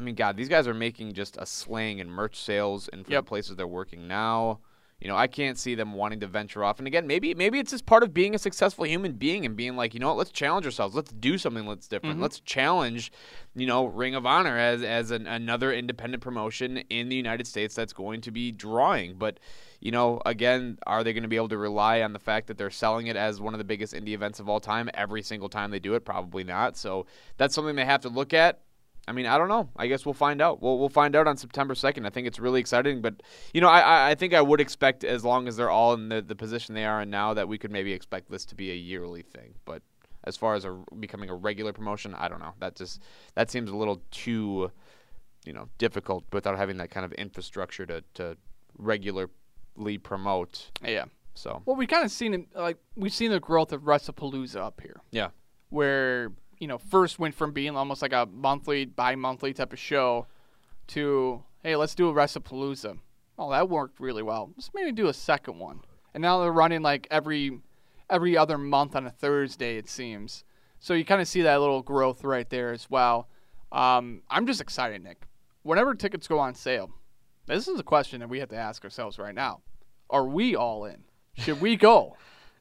Speaker 1: I mean, God, these guys are making just a slang and merch sales, and for
Speaker 2: Yep.
Speaker 1: the places they're working now, you know, I can't see them wanting to venture off. And again, maybe maybe it's just part of being a successful human being and being like, you know, what, let's challenge ourselves, let's do something that's different, let's challenge, you know, Ring of Honor as as an, another independent promotion in the United States that's going to be drawing. But you know, again, are they going to be able to rely on the fact that they're selling it as one of the biggest indie events of all time every single time they do it? Probably not. So that's something they have to look at. I mean, I don't know. I guess we'll find out. We'll we'll find out on September second. I think it's really exciting, but you know, I- I I think I would expect as long as they're all in the, the position they are in now that we could maybe expect this to be a yearly thing. But as far as a, becoming a regular promotion, I don't know. That just that seems a little too, you know, difficult without having that kind of infrastructure to to regularly promote.
Speaker 2: Yeah.
Speaker 1: So
Speaker 2: Well, we kind of seen it, like we've seen the growth of Wrestlepalooza up here,
Speaker 1: yeah,
Speaker 2: where you know first went from being almost like a monthly, bi-monthly type of show, to hey, let's do a Wrestlepalooza. Oh, that worked really well. Let's maybe do a second one. And now they're running like every every other month on a Thursday, it seems. So you kind of see that little growth right there as well. Um, I'm just excited, Nick. Whenever tickets go on sale, this is a question that we have to ask ourselves right now: Are we all in? Should we go?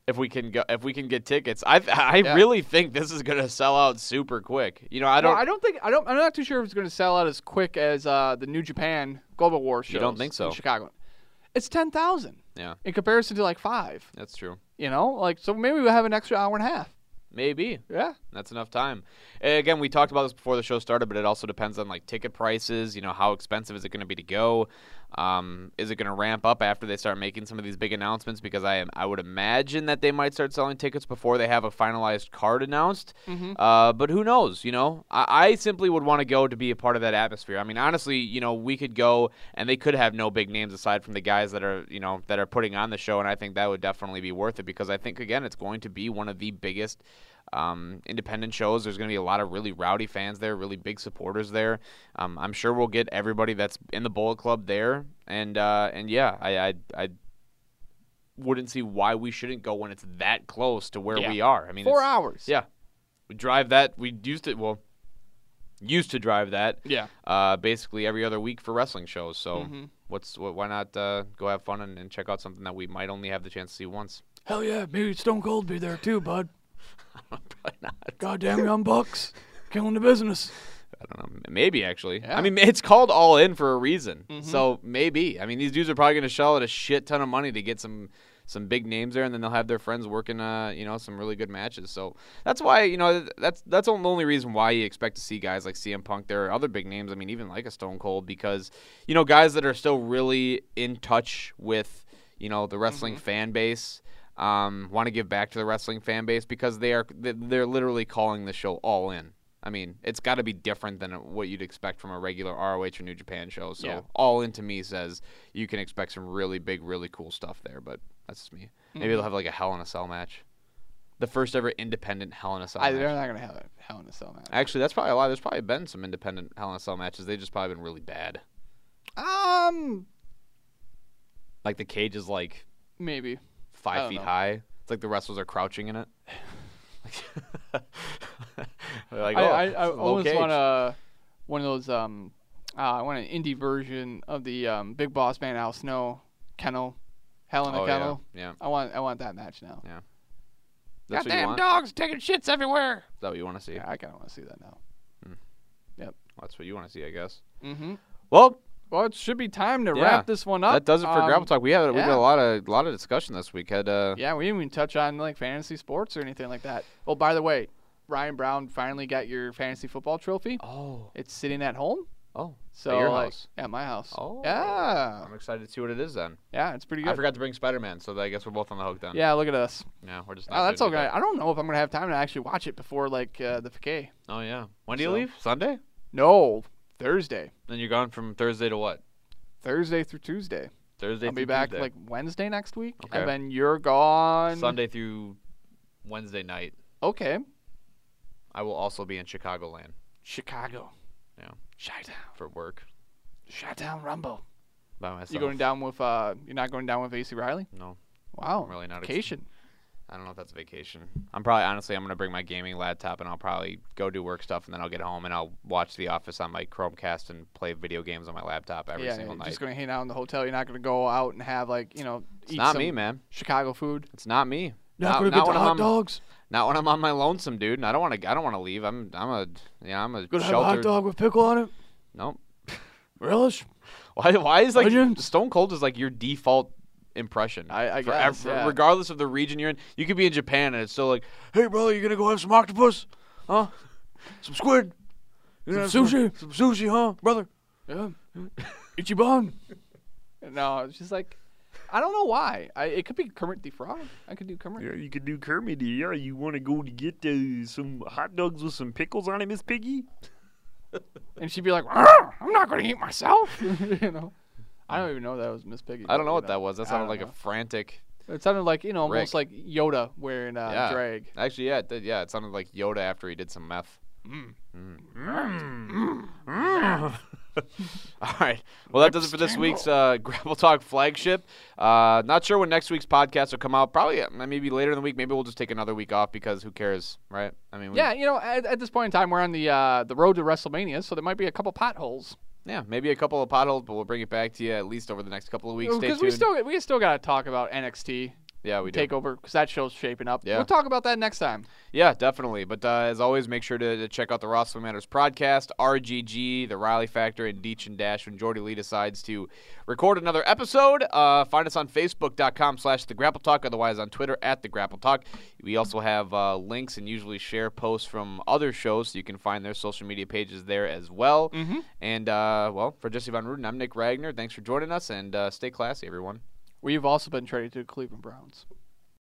Speaker 1: if we can go if we can get tickets. I th- I really think this is gonna sell out super quick. You know, I
Speaker 2: Well,
Speaker 1: don't.
Speaker 2: I don't think I don't. I'm not too sure if it's going to sell out as quick as uh, the New Japan Global War show.
Speaker 1: You don't think so?
Speaker 2: Chicago. It's ten thousand
Speaker 1: yeah,
Speaker 2: in comparison to like five.
Speaker 1: that's true.
Speaker 2: You know, like so maybe we'll have an extra hour and a half.
Speaker 1: Maybe
Speaker 2: Yeah.
Speaker 1: that's enough time. Uh, Again, we talked about this before the show started, but it also depends on like ticket prices. You know, how expensive is it going to be to go? Um, is it going to ramp up after they start making some of these big announcements? Because I am, I would imagine that they might start selling tickets before they have a finalized card announced. Uh, but who knows? You know, I, I simply would want to go to be a part of that atmosphere. I mean, honestly, you know, we could go and they could have no big names aside from the guys that are you know that are putting on the show, and I think that would definitely be worth it because I think again, it's going to be one of the biggest um, independent shows. There's going to be a lot of really rowdy fans there, really big supporters there. Um, I'm sure we'll get everybody that's in the Bullet Club there, and uh, and yeah, I, I I wouldn't see why we shouldn't go when it's that close to where we are. I mean,
Speaker 2: Four
Speaker 1: it's-
Speaker 2: hours.
Speaker 1: Yeah, we drive that. We used to well, used to drive that.
Speaker 2: Yeah. Mm-hmm.
Speaker 1: Uh, basically every other week for wrestling shows. So what's wh- why not uh, go have fun and, and check out something that we might only have the chance to see once.
Speaker 2: Hell yeah, maybe Stone Cold be there too, bud. Probably not. Goddamn young bucks, killing the business.
Speaker 1: I don't know. m- Maybe actually. I mean, it's called All In for a reason. So maybe. I mean, these dudes are probably going to shell out a shit ton of money to get some some big names there, and then they'll have their friends working, uh, you know, some really good matches. So that's why, you know, th- that's that's the only reason why you expect to see guys like CM Punk. There are other big names. I mean, even like a Stone Cold, because you know, guys that are still really in touch with, you know, the wrestling fan base um, want to give back to the wrestling fan base because they are th- they're literally calling the show all in. I mean, it's got to be different than what you'd expect from a regular ROH or New Japan show. So
Speaker 2: Yeah.
Speaker 1: all in to me says you can expect some really big, really cool stuff there. But that's just me. Maybe
Speaker 2: Mm-hmm.
Speaker 1: they'll have like a Hell in a Cell match, the first ever independent Hell in a Cell.
Speaker 2: I,
Speaker 1: match.
Speaker 2: they're not gonna have a Hell in a Cell match.
Speaker 1: Actually, that's probably a lot. There's probably been some independent Hell in a Cell matches. They just probably been really bad.
Speaker 2: Um,
Speaker 1: Like the cage is like
Speaker 2: maybe. I
Speaker 1: five
Speaker 2: don't
Speaker 1: feet
Speaker 2: know.
Speaker 1: high. It's like the wrestlers are crouching in it. They're like,
Speaker 2: I,
Speaker 1: "Oh,
Speaker 2: I, I
Speaker 1: low
Speaker 2: almost
Speaker 1: cage."
Speaker 2: want a one of those. Um, uh, I want an indie version of the um, Big Boss Man Al Snow kennel, Hell in a
Speaker 1: Oh, yeah,
Speaker 2: kennel.
Speaker 1: yeah.
Speaker 2: I want I want that match now.
Speaker 1: Yeah. That's what you
Speaker 2: Goddamn
Speaker 1: want?
Speaker 2: dogs taking shits everywhere.
Speaker 1: Is that what you want to see?
Speaker 2: Yeah, I kind of want to see that now.
Speaker 1: That's what you want to see, I guess.
Speaker 2: Mm-hmm.
Speaker 1: Well,
Speaker 2: Well, it should be time to
Speaker 1: Yeah.
Speaker 2: wrap this one up.
Speaker 1: That does it for
Speaker 2: Um,
Speaker 1: Gravel Talk. We had we did
Speaker 2: yeah.
Speaker 1: a lot of lot of discussion this week. Had uh,
Speaker 2: Yeah, we didn't even touch on like fantasy sports or anything like that. Oh, by the way, Ryan Brown finally got your fantasy football trophy.
Speaker 1: oh
Speaker 2: It's sitting at home.
Speaker 1: oh
Speaker 2: So
Speaker 1: your
Speaker 2: like,
Speaker 1: house.
Speaker 2: at my house.
Speaker 1: Oh.
Speaker 2: Yeah.
Speaker 1: I'm excited to see what it is then.
Speaker 2: Yeah, it's pretty good.
Speaker 1: I forgot to bring Spider Man, so I guess we're both on the hook then.
Speaker 2: Yeah, look at us.
Speaker 1: yeah, we're just.
Speaker 2: Oh,
Speaker 1: not
Speaker 2: that's
Speaker 1: doing
Speaker 2: okay.
Speaker 1: that.
Speaker 2: I don't know if I'm gonna have time to actually watch it before like uh, the fake.
Speaker 1: Oh yeah. When do you leave? Sunday.
Speaker 2: No, Thursday,
Speaker 1: Then you're gone from Thursday to what?
Speaker 2: Thursday through Tuesday.
Speaker 1: Thursday.
Speaker 2: I'll be
Speaker 1: through
Speaker 2: back
Speaker 1: Tuesday.
Speaker 2: like Wednesday next week,
Speaker 1: Okay.
Speaker 2: and then you're gone.
Speaker 1: Sunday through Wednesday night.
Speaker 2: Okay.
Speaker 1: I will also be in Chicagoland
Speaker 2: Chicago.
Speaker 1: Yeah.
Speaker 2: Shut down.
Speaker 1: for work
Speaker 2: Shut down. Rumble.
Speaker 1: by myself.
Speaker 2: You going down with? uh You're not going down with AC Riley?
Speaker 1: No,
Speaker 2: Wow.
Speaker 1: I'm really not ex-
Speaker 2: Vacation.
Speaker 1: I don't know if that's a vacation. I'm probably honestly I'm gonna bring my gaming laptop and I'll probably go do work stuff and then I'll get home and I'll watch The Office on my Chromecast and play video games on my laptop every
Speaker 2: yeah,
Speaker 1: single
Speaker 2: you're
Speaker 1: night.
Speaker 2: just gonna hang out in the hotel. You're not gonna go out and have like you know
Speaker 1: it's
Speaker 2: eat
Speaker 1: not
Speaker 2: some
Speaker 1: me, man.
Speaker 2: Chicago food.
Speaker 1: It's not me. when I'm on- Not when I'm on my lonesome, dude. And I don't want to. I don't want to leave. I'm. I'm a. Yeah. I'm a sheltered.
Speaker 2: with pickle on it.
Speaker 1: Nope.
Speaker 2: Relish.
Speaker 1: Why? Why is like
Speaker 2: Legends.
Speaker 1: Stone Cold is like your default impression?
Speaker 2: I- I
Speaker 1: for
Speaker 2: guess,
Speaker 1: ever-
Speaker 2: yeah.
Speaker 1: Regardless of the region you're in, you could be in Japan and it's still like, hey, brother, you gonna go have some octopus, huh? Some squid. You gonna have some-
Speaker 2: sushi.
Speaker 1: Some sushi, huh, brother?
Speaker 2: Yeah. Ichiban. no, it's just like I don't know why. I, it could be Kermit the Frog. I could do Kermit.
Speaker 4: you could do Kermit. Yeah, you want to go to get uh, some hot dogs with some pickles on it, Miss Piggy?
Speaker 2: And she'd be like, "Arr, I'm not going to eat myself. you know. I don't even know that was Miss Piggy.
Speaker 1: I don't know what that was. That
Speaker 2: I
Speaker 1: sounded
Speaker 2: don't
Speaker 1: like a
Speaker 2: know.
Speaker 1: frantic.
Speaker 2: It sounded like you know almost
Speaker 1: Rick.
Speaker 2: like Yoda wearing uh,
Speaker 1: Yeah.
Speaker 2: drag.
Speaker 1: Actually, yeah, it did. Yeah, it sounded like Yoda after he did some meth.
Speaker 2: Mm.
Speaker 1: All right. Mm. Well, that does it for this week's uh, Grapple Talk flagship. Uh, not sure when next week's podcast will come out. Probably uh, maybe later in the week. Maybe we'll just take another week off because who cares, right? I mean, we,
Speaker 2: Yeah, you know, at, at this point in time, we're on the uh, the road to WrestleMania, so there might be a couple potholes
Speaker 1: yeah, maybe a couple of potholes, but we'll bring it back to you at least over the next couple of weeks. Stay
Speaker 2: because
Speaker 1: tuned.
Speaker 2: Oh, we still we still got to talk about NXT
Speaker 1: yeah, we do.
Speaker 2: Takeover because that show's shaping up.
Speaker 1: Yeah.
Speaker 2: We'll talk about that next time.
Speaker 1: Yeah, definitely. But uh, as always, make sure to, to check out the Rossman Matters podcast, RGG, the Riley Factor, and Deech and Dash when Jordy Lee decides to record another episode. Uh, find us on Facebook.com slash The Grapple Talk, otherwise on Twitter at The Grapple Talk. We also have uh, links and usually share posts from other shows, so you can find their social media pages there as well. And, uh, well, for Jesse Von Ruden, I'm Nick Ragnar. Thanks for joining us, and uh, stay classy, everyone.
Speaker 2: We've also been traded to the Cleveland Browns.